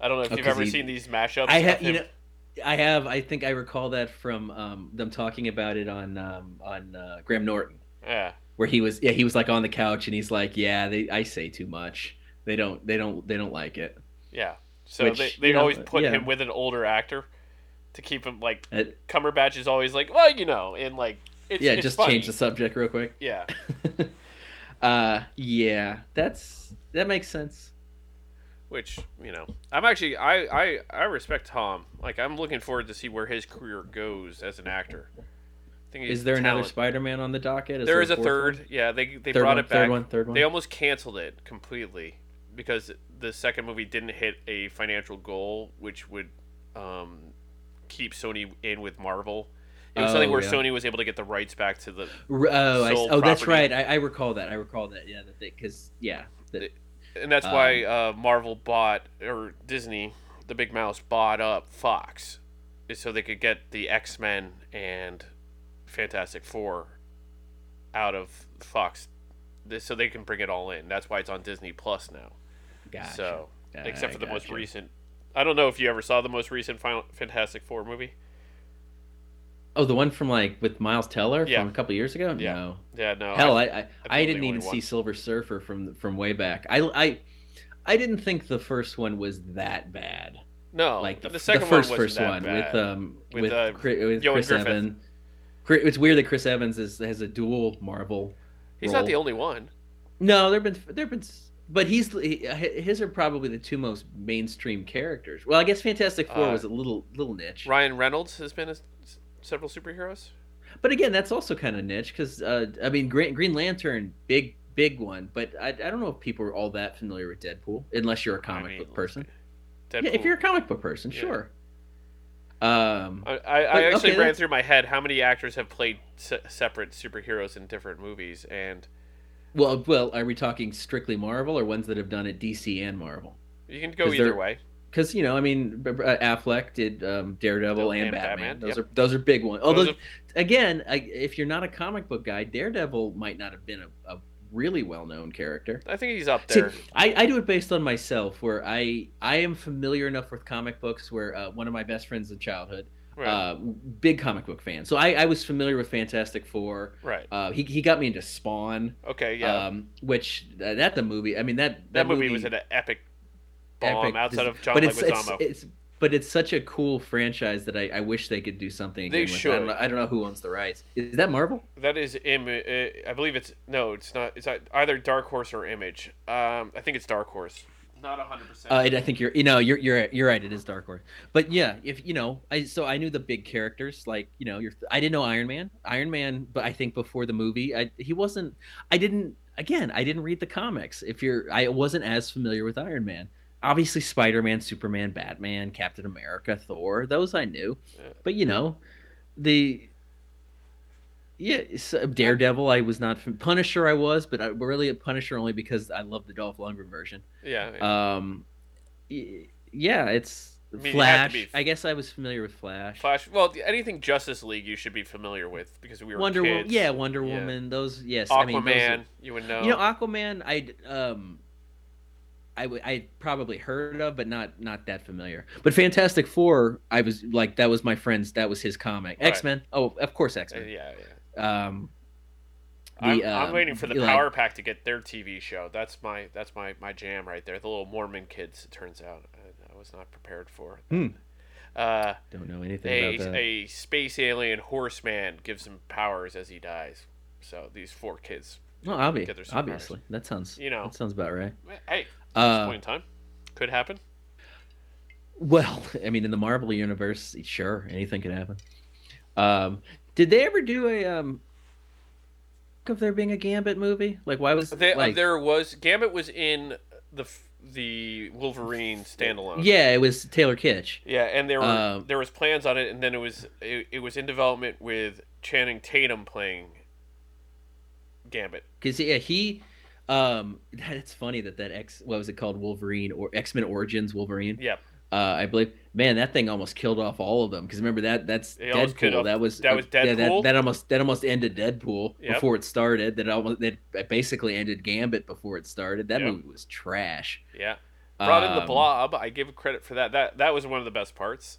I don't know if
Oh,
you've
'cause
ever
he-
seen these mashups.
I
of
have, you
him-
know, I have. I think I recall that from um, them talking about it on um, on uh, Graham Norton,
Yeah.
where he was. Yeah, he was like on the couch, and he's like, "Yeah, they, I say too much. They don't. They don't. They don't like it."
Yeah. So
Which,
they,
you
they
know,
always put
yeah.
him with an older actor to keep him like
Uh,
Cumberbatch is always like, well, you know, and like it's,
yeah,
it's
just
funny.
change the subject real quick.
Yeah.
Uh, yeah, that's that makes sense.
Which, you know, I'm actually I, I I respect Tom. Like I'm looking forward to see where his career goes as an actor. I think he's
Is there another
talent.
Spider-Man on the docket?
There is a
fourth
third.
one?
Yeah, they they
Third
brought
one,
it back.
Third one. Third one.
They almost canceled it completely because the second movie didn't hit a financial goal, which would um, keep Sony in with Marvel. It was something
Oh,
where
yeah.
Sony was able to get the rights back to the.
R- oh, I,
sold
oh, that's
property.
right. I, I recall that. I recall that. Yeah, that because yeah, that,
And that's
Um.
why uh, Marvel bought, or Disney, the Big Mouse bought up Fox is so they could get the X Men and Fantastic Four out of Fox th- so they can bring it all in. That's why it's on Disney Plus now.
gotcha.
So. except for the most
Gotcha.
recent. I don't know if you ever saw the most recent Final Fantastic Four movie.
Oh, the one from like with Miles Teller
Yeah.
from a couple years ago.
Yeah.
No,
Yeah, no.
hell,
Oh, I,
I I,
the
I didn't
only
even
one.
see Silver Surfer from from way back. I I I didn't think the first one was that bad.
no.
like the,
Oh, the second
first
one
first
wasn't
one
that
with um
With,
with
uh,
Chri- with
Johan
Chris
Griffith.
Evans. Chri- It's weird that Chris Evans is, has a dual Marvel.
He's not the only one.
No, there've been there've been, s- but he's he, his are probably the two most mainstream characters. Well, I guess Fantastic Four
Uh,
was a little little niche.
Ryan Reynolds has been in s- several superheroes.
But again, that's also kind of niche because uh, I mean, Green, Green Lantern, big big one. But I, I don't know if people are all that familiar with Deadpool unless you're a comic
mean,
book person.
Deadpool.
Yeah, if you're a comic book person,
Yeah.
sure. Um,
I, I, I
Like,
actually
okay,
ran
that's-
through my head how many actors have played se- separate superheroes in different movies, and
well, well, are we talking strictly Marvel or ones that have done it DC and Marvel?
you can go
Is
either
there-
way.
Because you know, I mean, B- B- uh, Affleck did um, Daredevil
Daredevil
and,
and
Batman.
Batman,
Those
yep.
are those are big ones. Although,
Those are-
again, I, if you're not a comic book guy, Daredevil might not have been a, a really well known character.
I think he's up
See,
there.
I, I do it based on myself, where I I am familiar enough with comic books. Where uh, one of my best friends in childhood,
right.
uh, big comic book fan, so I, I was familiar with Fantastic Four.
right.
Uh, he he got me into Spawn,
Okay. Yeah.
um, which uh, that the movie. I mean that that,
that movie, was an epic bomb
epic-
outside of John
but it's, it's,
Leguizamo.
it's but it's such a cool franchise that I, I wish they could do something.
They
Again with. it. I
should.
don't, know, I don't know who owns the rights. Is that Marvel?
That is Im- uh, I believe it's no, it's not. It's either Dark Horse or Image. Um, I think it's Dark Horse. Not hundred percent.
Uh, I I think you're, you know, you're, you're, you're right. It is Dark Horse, but yeah, if you know, I so I knew the big characters, like you know, you're, I didn't know Iron Man, Iron Man, but I think before the movie, I he wasn't, I didn't, again, I didn't read the comics. If you're, I wasn't as familiar with Iron Man. Obviously, Spider Man, Superman, Batman, Captain America, Thor, those I knew,
Yeah.
but you know, the. Yeah, so Daredevil. I was not fam- Punisher. I was, but I really a Punisher only uh, because I love the Dolph Lundgren version
Yeah.
um y- Um, yeah it's
mean, you have
Flash.
to be-
I guess I was familiar with Flash.
Flash. Well, anything Justice League you should be familiar with because we were
Wonder Woman.
kids.
Yeah, Wonder
Yeah.
Woman. Those. Yes.
Aquaman.
I mean, those are-
you would know. Uh,
You know, Aquaman. I um, I would I probably heard of, but not not that familiar. But Fantastic Four, I was like that was my friend's. That was his comic.
Right.
X Men. Oh, of course X
Uh,
Men.
yeah, yeah.
Um, the,
I'm, I'm
um,
waiting for the
like-
Power Pack to get their TV show. That's my that's my my jam right there. The little Mormon kids. It turns out I, I was not prepared for.
Hmm.
Uh,
Don't know anything
a
about that.
a space alien horseman gives him powers as he dies. So these four kids,
well, obvi-
get their superpowers.
obviously, that sounds.
You know.
that sounds about right.
hey, at this
Uh,
point in time, could happen.
Well, I mean, in the Marvel universe, sure, anything could happen. Um, did they ever do a um? Of there being a Gambit movie, like why was
They,
like,
there was Gambit was in the f- the Wolverine standalone.
Yeah, it was Taylor Kitsch.
Yeah, and there were
Um,
there was plans on it, and then it was it, it was in development with Channing Tatum playing Gambit.
Because yeah, he. Um, *laughs* that, it's funny that that X. What was it called? Wolverine or X Men Origins Wolverine.
Yeah,
Uh, I believe. Man, that thing almost killed off all of them. Because remember that that's
It almost killed
Deadpool.
off-
that was
that was
yeah,
Deadpool?
that, that almost that almost ended Deadpool
Yep.
before it started. That almost that basically ended Gambit before it started. That
Yep.
movie was trash.
yeah. Brought in the
Um,
Blob. I give credit for that. That that was one of the best parts.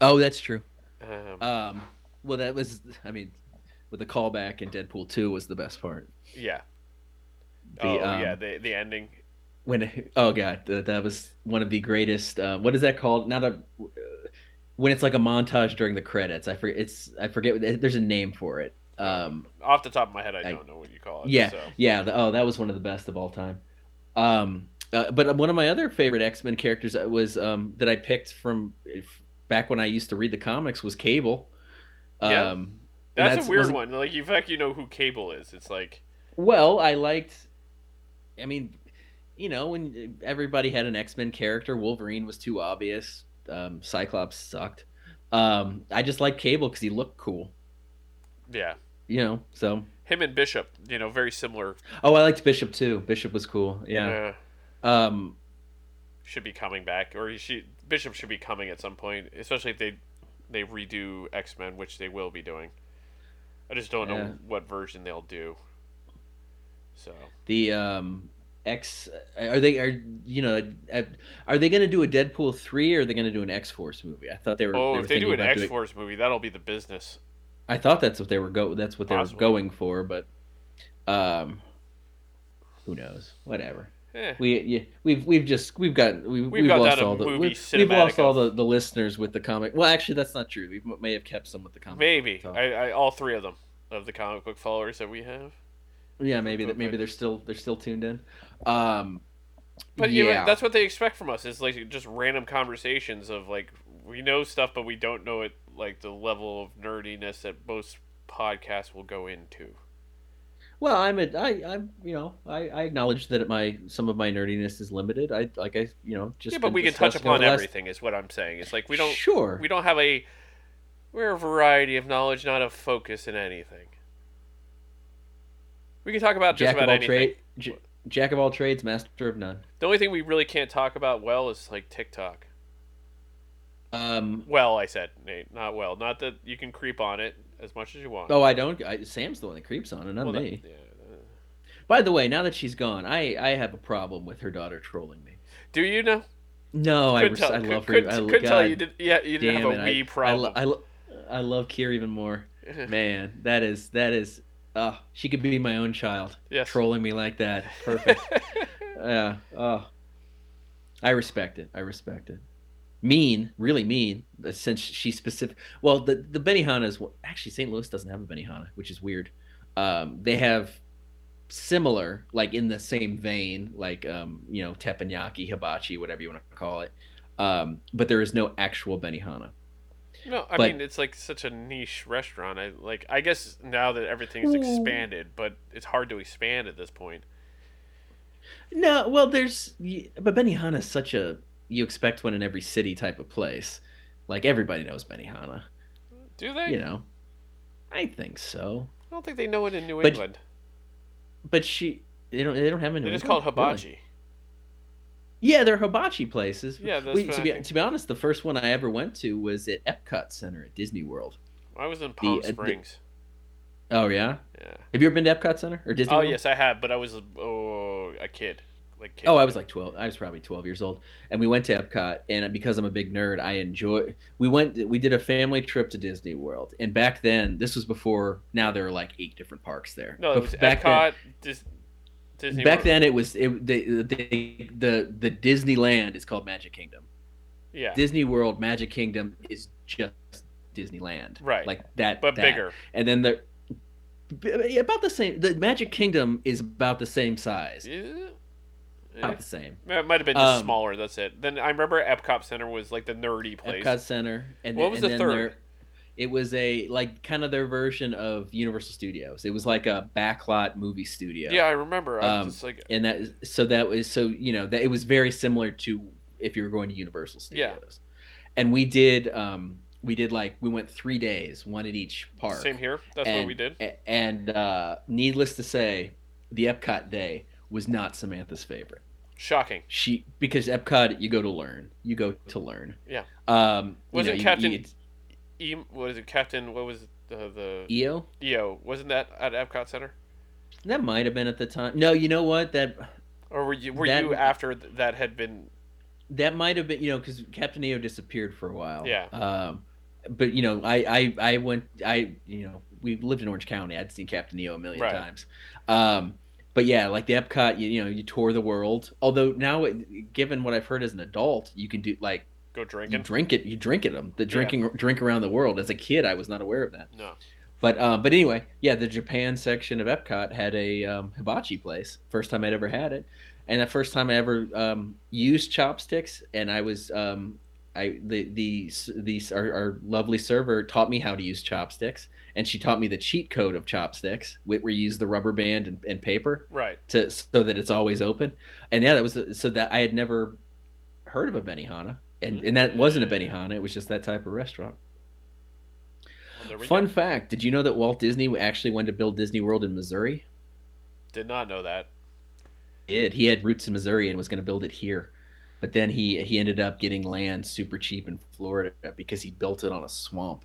Oh, that's true.
Um,
Um, well, that was. I mean, with the callback in Deadpool Two was the best part.
yeah.
the,
oh yeah,
um,
the the ending.
when oh god that, that was one of the greatest uh, what is that called not a when it's like a montage during the credits i forget it's i forget what- there's a name for it um
Off the top of my head, I,
I-
don't know what you call it.
yeah
So.
yeah the, oh that was one of the best of all time um uh, but one of my other favorite x-men characters that was um that i picked from if, back when i used to read the comics was cable um
Yeah.
and
That's, a weird
wasn't-
one. Like in fact, you know who Cable is. It's like
Well, I liked. I mean, you know, when everybody had an X Men character, Wolverine was too obvious. Um, Cyclops sucked. Um, I just liked Cable because he looked cool.
yeah,
You know, so
him and Bishop. You know, very similar.
oh, I liked Bishop too. Bishop was cool. Yeah.
Uh,
Um,
should be coming back, or he should, Bishop should be coming at some point, especially if they they redo X Men, which they will be doing. I just don't
Yeah.
know what version they'll do. So
the um, X are they are you know are they going to do a Deadpool three or are they going to do an X Force movie? I thought they were.
oh,
were
if they
thinking
do an
about doing-
X Force movie, that'll be the business.
I thought that's what they were go. That's what they
Possibly.
were going for, but um, who knows? Whatever.
Eh,
We yeah, we've we've just we've got we, we've,
got
lost
that a
all the
movie
we've,
cinematic
we've lost all
of-
the, the listeners with the comic. Well, actually, that's not true. We m- may have kept some with the comic.
maybe
So-
I, I all three of them of the comic book followers that we have.
yeah, maybe that maybe they're still they're still tuned in. Um,
But
yeah,
you know, that's what they expect from us is like just random conversations of like we know stuff, but we don't know it like the level of nerdiness that most podcasts will go into.
well, I'm a I I'm you know I, I acknowledge that my some of my nerdiness is limited. I like I you know just
yeah, but
been
we can touch
discussing over
upon
the last-
everything. Is what I'm saying. It's like we don't
sure
we don't have a we're a variety of knowledge, not a focus in anything. We can talk about just
jack
about
of all
anything.
trade j- jack of all trades, master of none.
The only thing we really can't talk about well is like TikTok.
Um,
Well, I said Nate, not well. Not that you can creep on it as much as you want.
Oh, I don't. I, Sam's the one that creeps on it, not
Well, that-
me.
yeah, uh,
By the way, now that she's gone, I I have a problem with her daughter trolling me.
do you know?
No, Oh, I,
Couldn't
res-
tell-
I
could-
love her.
could-
I
could tell
God
you did. Yeah, you didn't have
damn
a
it,
wee
I,
problem.
lo-
*laughs*
I, lo- I love Kier even more. Man, that is that is. Oh, she could be my own child.
Yes. *laughs*
Trolling me like that, perfect. yeah. Oh, I respect it. I respect it. Mean, really mean. but Since she specific. Well, the the Benihana's actually St. Louis doesn't have a Benihana, which is weird. Um, they have similar, like in the same vein, like um, you know teppanyaki, hibachi, whatever you want to call it. Um, but there is no actual Benihana.
no, I
but-
mean it's like such a niche restaurant. I like. I guess now that everything's
Ooh.
expanded, but it's hard to expand at this point.
No, well, there's, but Benihana is such a you expect one in every city type of place. Like everybody knows Benihana,
Do they?
you know. I think so,
I don't think they know it in New
But-
England.
but she they don't they don't have any.
They just call it hibachi.
Yeah, they're hibachi places.
Yeah, that's
Wait,
what
to
I
be
think.
to be honest, the first one I ever went to was at Epcot Center at Disney World.
I was in Palm
uh, the-
Springs.
Oh yeah,
yeah.
have you ever been to Epcot Center or Disney?
Oh
World?
yes, I have, but I was oh a kid, like kid.
Oh, I was like 12. I was probably 12 years old. And we went to Epcot. And because I'm a big nerd, I enjoy. We went, we did a family trip to Disney World. And back then, this was before, now there are like eight different parks there.
no, it
But
was
back
Epcot, Dis-
Then,
Disney.
back
World.
then, it was, it, the, the, the, the Disneyland is called Magic Kingdom.
yeah,
Disney World, Magic Kingdom is just Disneyland.
Right.
Like that.
but
that.
bigger.
And then the, b- about the same, the Magic Kingdom is about the same size.
Yeah.
About the same.
Yeah, It might have been just
Um,
smaller. That's it. Then I remember Epcot Center was like the nerdy place.
Epcot Center. And
What
then,
was
and
the
then
third?
their- it was a like kind of their version of Universal Studios. It was like a backlot movie studio.
yeah. I remember. I was
Um,
just like,
And that is- so that was so you know that it was very similar to if you were going to Universal
Yeah.
Studios. And we did um we did like we went three days, one at each park.
same here. That's
and,
what we did.
a- And uh, needless to say, the Epcot day was not Samantha's favorite
Shocking.
she because Epcot you go to learn. You go to learn.
Yeah.
Um you
Was
know,
it
you-
Captain-
you-
E, what is it, Captain? What was the the
EO?
EO? Wasn't that at Epcot Center?
E That might have been at the time. No, you know what? That
Or were you were
That-
you after th- that had been?
that might have been, you know, cuz Captain EO disappeared for a while.
Yeah.
Um but you know, I I I went I you know, we lived in Orange County. I'd seen Captain EO a million
Right.
times. Um but yeah, like the Epcot, you, you know, you tour the world. Although now, it- given what I've heard as an adult, you can do like
Go
you
drinking?
drink it, you drink it them. The drinking drink around the world. As a kid, I was not aware of that.
No.
But um, but anyway, yeah, the Japan section of Epcot had a um, hibachi place. First time I'd ever had it, and the first time I ever um, used chopsticks. And I was um, I the the the our, our lovely server taught me how to use chopsticks, and she taught me the cheat code of chopsticks, where where you use the rubber band and, and paper
Right.
to so that it's always open. And yeah, that was so that I had never heard of a Benihana, and and that wasn't a Benihana. It was just that type of restaurant.
Well, there we
Fun
go.
fact: Did you know that Walt Disney actually wanted to build Disney World in Missouri?
Did not know that.
He did he had roots in Missouri and was going to build it here, but then he he ended up getting land super cheap in Florida because he built it on a swamp.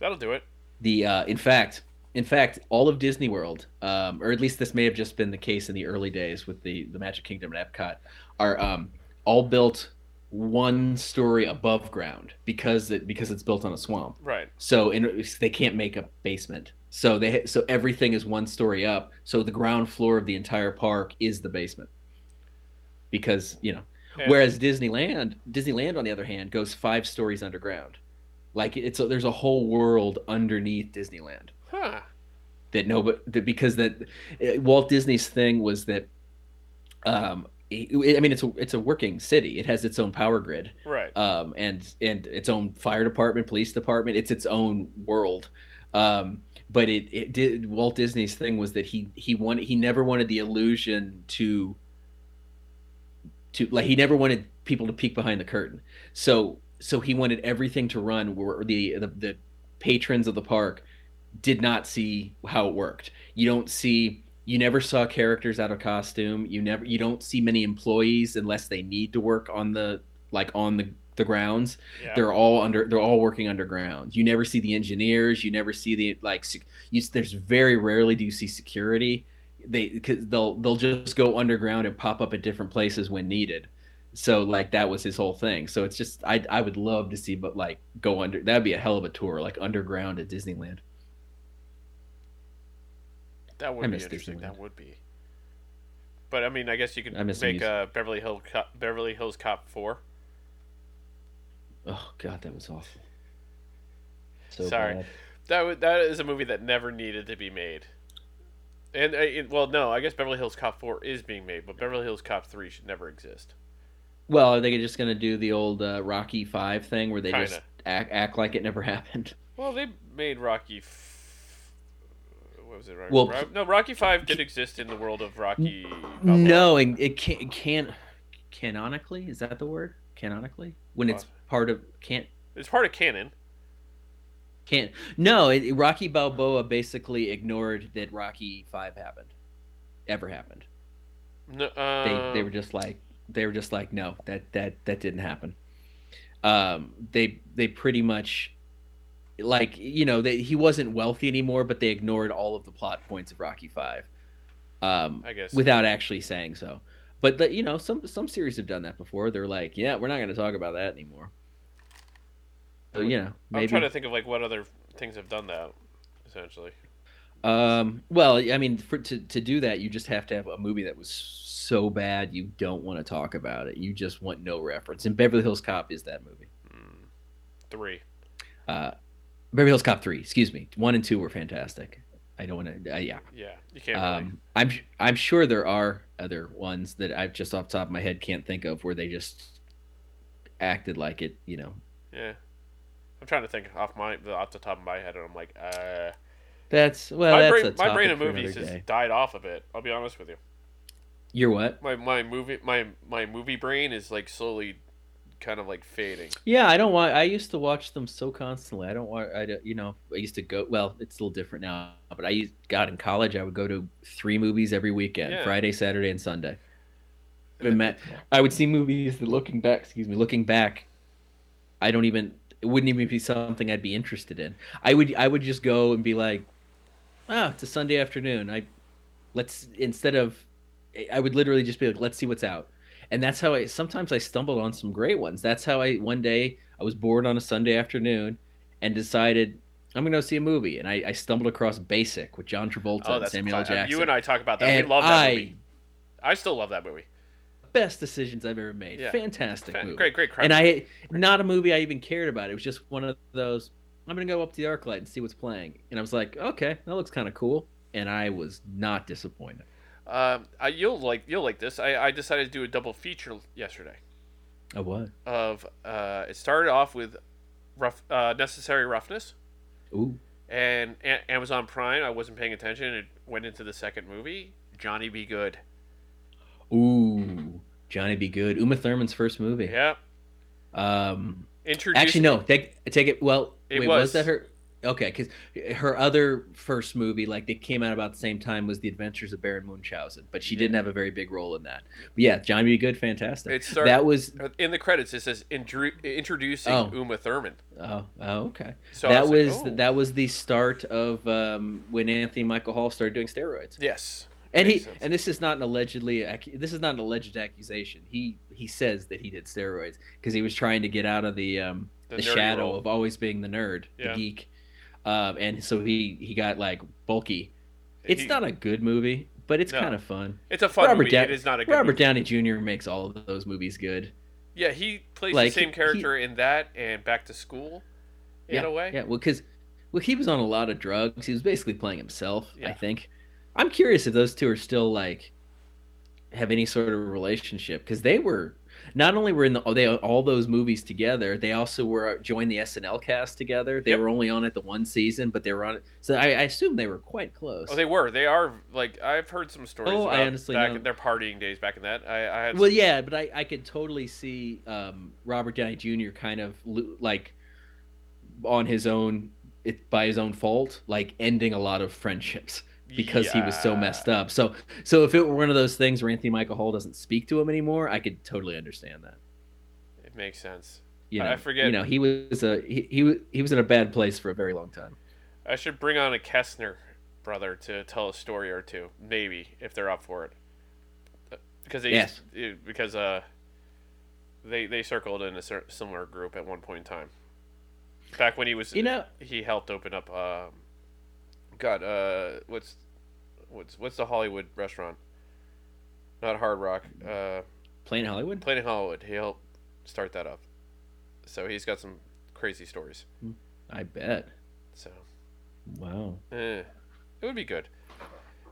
That'll do it.
The uh, in fact, in fact, all of Disney World, um, or at least this may have just been the case in the early days with the the Magic Kingdom and Epcot, are um, all built one story above ground because it because it's built on a swamp.
Right.
So in, they can't make a basement. So they so everything is one story up. So the ground floor of the entire park is the basement. Because, you know,
Yeah.
whereas Disneyland, Disneyland on the other hand goes 5 stories underground. Like it's a, there's a whole world underneath Disneyland
Huh.
that no but that because that uh, Walt Disney's thing was that um I I mean it's a, it's a working city. It has its own power grid
Right.
um, and and its own fire department, police department. It's its own world. Um, but it, it did Walt Disney's thing was that he he wanted he never wanted the illusion to to like he never wanted people to peek behind the curtain. So so he wanted everything to run where the the, the patrons of the park did not see how it worked. You don't see you never saw characters out of costume. You never you don't see many employees unless they need to work on the like on the the grounds
Yeah.
they're all under they're all working underground you never see the engineers you never see the like sec- you, there's very rarely do you see security they because they'll they'll just go underground and pop up at different places when needed so like that was his whole thing so it's just i i would love to see but like go under that'd be a hell of a tour like underground at disneyland
That would
I
be
miss
interesting.
Disneyland.
That would be. But I mean, I guess you could
I miss the
make
music.
uh, Beverly Hill Cop, Beverly Hills Cop four.
oh god that was awful so
Sorry.
bad.
That would that is a movie that never needed to be made. And uh, it, well, no, I guess Beverly Hills Cop four is being made, but Beverly Hills Cop three should never exist.
well are they just gonna do the old uh, rocky five thing where they just
Kinda.
act, act like it never *laughs* happened
Well, they made Rocky. F- what was it? Rocky,
Well,
Ro- no, Rocky five did exist in the world of Rocky.
No, and it can't, it can't canonically. Is that the word? Canonically, when it's part of can't
it's part of canon.
can't. No, it, Rocky Balboa basically ignored that Rocky Five happened, ever happened.
No,
They
uh,
they were just like they were just like, no, that that that didn't happen. Um, they they pretty much like you know they, he wasn't wealthy anymore, but they ignored all of the plot points of Rocky Five. Um,
I guess.
without actually saying so. But the, you know, some some series have done that before. They're like, yeah, we're not going to talk about that anymore. So you know,
I'm
maybe.
trying to think of like what other things have done that, essentially.
Um, well, I mean, for, to to do that, you just have to have a movie that was so bad you don't want to talk about it. You just want no reference. And Beverly Hills Cop is that movie.
Mm, three.
Uh, Beverly Hills Cop three, excuse me, one and two were fantastic. I don't want to. Uh, yeah,
Yeah, you can't. really.
Um, I'm I'm sure there are other ones that I just off the top of my head can't think of where they just acted like it. You know,
Yeah. I'm trying to think off my off the top of my head, and I'm like, uh,
that's well.
my
that's
brain,
a
my brain of
topic for
movies
another
just
day.
died off of it. I'll be honest with you.
You're what?
My my movie my my movie brain is like slowly, kind of like fading.
Yeah, I don't want. I used to watch them so constantly. I don't want. I don't, you know. I used to go. Well, it's a little different now, but I used. God, in college, I would go to three movies every weekend:
Yeah.
Friday, Saturday, and Sunday. And Matt, I would see movies that, looking back, excuse me, looking back, I don't even. It wouldn't even be something I'd be interested in. I would. I would just go and be like, "Oh, it's a Sunday afternoon. I let's instead of." I would literally just be like, "Let's see what's out." and that's how I sometimes I stumbled on some great ones. That's how I one day I was bored on a Sunday afternoon and decided I'm gonna go see a movie, and I, I stumbled across Basic with John Travolta
Oh,
and
that's
Samuel L.
cla-
Jackson.
You and I talk about that.
And
we love that
I-
movie. I still love that movie.
Best decisions I've ever made.
Yeah.
Fantastic movie.
Great, great crap.
And I not a movie I even cared about. It was just one of those. I'm gonna go up to the ArcLight and see what's playing. And I was like, okay, that looks kind of cool. And I was not disappointed.
Um, I, you'll like you'll like this. I, I decided to do a double feature yesterday.
I was.
Of uh, it started off with rough uh, necessary roughness
Ooh.
and a- Amazon Prime. I wasn't paying attention. It went into the second movie, Johnny Be Good.
Ooh. Johnny Be Good. Uma Thurman's first movie.
Yeah,
Um,
introduced.
Actually, no. Take take it. Well,
It
wait, was.
was.
that her? Okay, because her other first movie, like they came out about the same time, was The Adventures of Baron Munchausen, but she didn't have a very big role in that. But yeah, Johnny B. Good, fantastic.
It started-
that was
Uh, in the credits. It says "Indru- introducing
Oh.
Uma Thurman.
oh, oh okay.
So I
that was
like, oh.
that was the start of um, when Anthony Michael Hall started doing steroids.
Yes,
and he
makes sense.
and this is not an allegedly accu- this is not an alleged accusation. He he says that he did steroids because he was trying to get out of the um,
The
the,
nerdy
shadow
role.
of always being the nerd,
Yeah.
the geek, um, and so he he got like bulky. It's
He-
not a good movie, but it's
No.
kind of fun.
It's a fun
Robert
movie.
Dow-
it is not a good.
Robert
movie.
Downey Jr. makes all of those movies good.
Yeah, he plays
Like,
the same
he-
character in that and Back to School, in
yeah,
a way.
yeah. Well, because well, he was on a lot of drugs. He was basically playing himself.
Yeah.
I think. I'm curious if those two are still like have any sort of relationship because they were not only were in the, they all those movies together. They also were uh, joined the SNL cast together. They
Yep.
were only on it the one season, but they were on it. So I, I assume they were quite close.
Oh, they were. They are like I've heard some stories.
Oh, I
about
honestly
back
know.
in their partying days back in that. I, I had
well, yeah, but I, I could totally see um, Robert Downey Jr. kind of lo- like on his own, it, by his own fault, like ending a lot of friendships because he was so messed up. So, so if it were one of those things where Anthony Michael Hall doesn't speak to him anymore, I could totally understand that.
It makes sense.
You know,
I forget-
You know, he was a he, he was- he was in a bad place for a very long time.
I should bring on a Kessner brother to tell a story or two, maybe if they're up for it. Because they
Yes.
it- because uh they they circled in a cer- similar group at one point in time. Back when he was
You know,
he helped open up um God uh what's what's what's the Hollywood restaurant? Not Hard Rock. Uh
playing Hollywood.
Planet Hollywood. He helped start that up. So he's got some crazy stories.
I bet.
So
Wow.
eh, it would be good.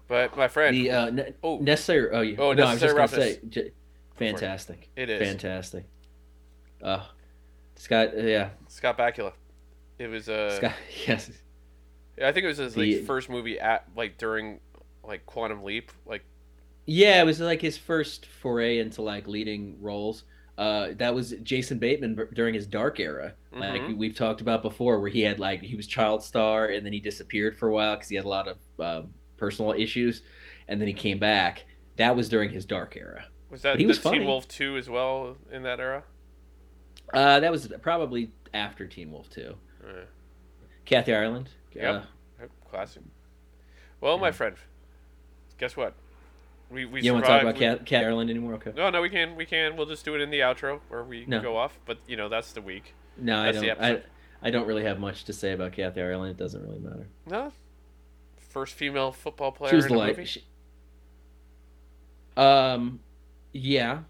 But my friend,
The uh, ne-
oh,
necessary. Oh, yeah.
Oh,
no, I was
Necessary
just gonna
Roughness.
say, j- fantastic.
it is
Fantastic. Uh, Scott, uh, yeah,
Scott Bakula. It was uh,
Scott, *laughs* yes,
I think it was his like,
The-
first movie at like during like Quantum Leap. Like
yeah. It was like his first foray into like leading roles. Uh, that was Jason Bateman b- during his dark era, like
Mhm.
we've talked about before, where he had like he was child star and then he disappeared for a while because he had a lot of um personal issues, and then he came back. That was during his dark era.
Was that
he was
the
funny.
Teen Wolf 2 as well in that era?
Uh, that was probably after Teen Wolf Two.
Yeah.
Kathy Ireland.
Yep.
Uh,
Eh, Yep, Classic. Well, my
Yeah.
friend, guess what? We we
you don't want to talk
survived.
about
we,
Cat Kathy Ireland anymore? Okay.
No, no, we can we can. We'll just do it in the outro where we
No.
go off. But you know that's the week.
No, I
That's
don't.
the
I, I don't really have much to say about Kathy Ireland. It doesn't really matter.
No, first female football player
she was
in
the
a
light.
movie.
she- Um, yeah,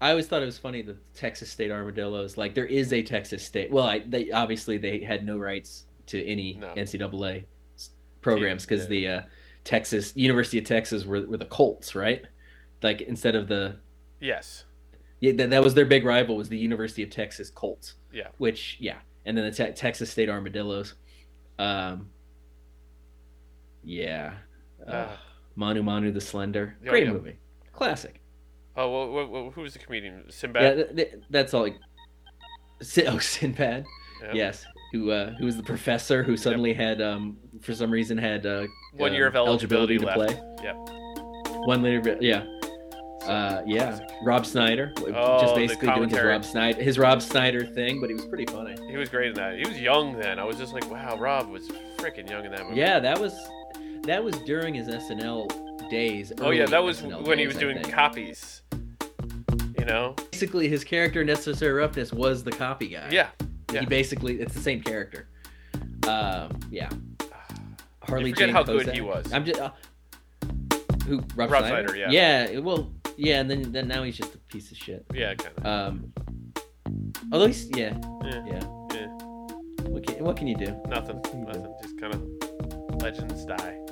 I always thought it was funny that the Texas State Armadillos, like there is a Texas State. Well, I, they obviously they had no rights to any
No.
NCAA s- programs because
yeah.
the uh, Texas University of Texas were were the Colts, right? Like instead of the
Yes.
yeah, that, that was their big rival was the University of Texas Colts.
Yeah.
Which yeah, and then the te- Texas State Armadillos. Um. Yeah. Uh,
Uh,
Manu Manu the Slender.
Oh, Yeah,
Great
yeah.
movie. Classic.
oh, well, well, well, who was the comedian?
Yeah,
Sinbad.
th- th- that's all. Like, Sin- oh, *laughs* Sinbad.
Yeah.
Yes. Who uh, who was the professor who suddenly had um for some reason had uh,
One
um,
year of eligibility,
to
left.
play.
Yep.
One later, yeah. Uh, yeah,
Classic.
Rob Snyder, w-
Oh,
just
the
basically doing his
commentary.
Rob Snyder his Rob Snyder thing, but he was pretty funny.
He was great in that. He was young then. I was just like, wow, Rob was freaking young in that movie.
Yeah, that was that was during his SNL days.
Oh yeah,
early
that was
SNL
when he
days,
was
I
doing
think.
copies. You know.
basically his character in Necessary Roughness was the copy guy.
Yeah. *sighs* yeah.
He basically it's the same character. Um, yeah. Harley
forget
Jane
how good
Kozak.
he was.
I'm just uh, who Rob,
Rob
Snyder?
Snyder,
yeah. Yeah, well, yeah, and then then now he's just a piece of shit.
Yeah. Kind of.
Um, although he's yeah,
Yeah.
yeah.
Yeah.
What can what can you do?
Nothing. Nothing. Just kind of legends die.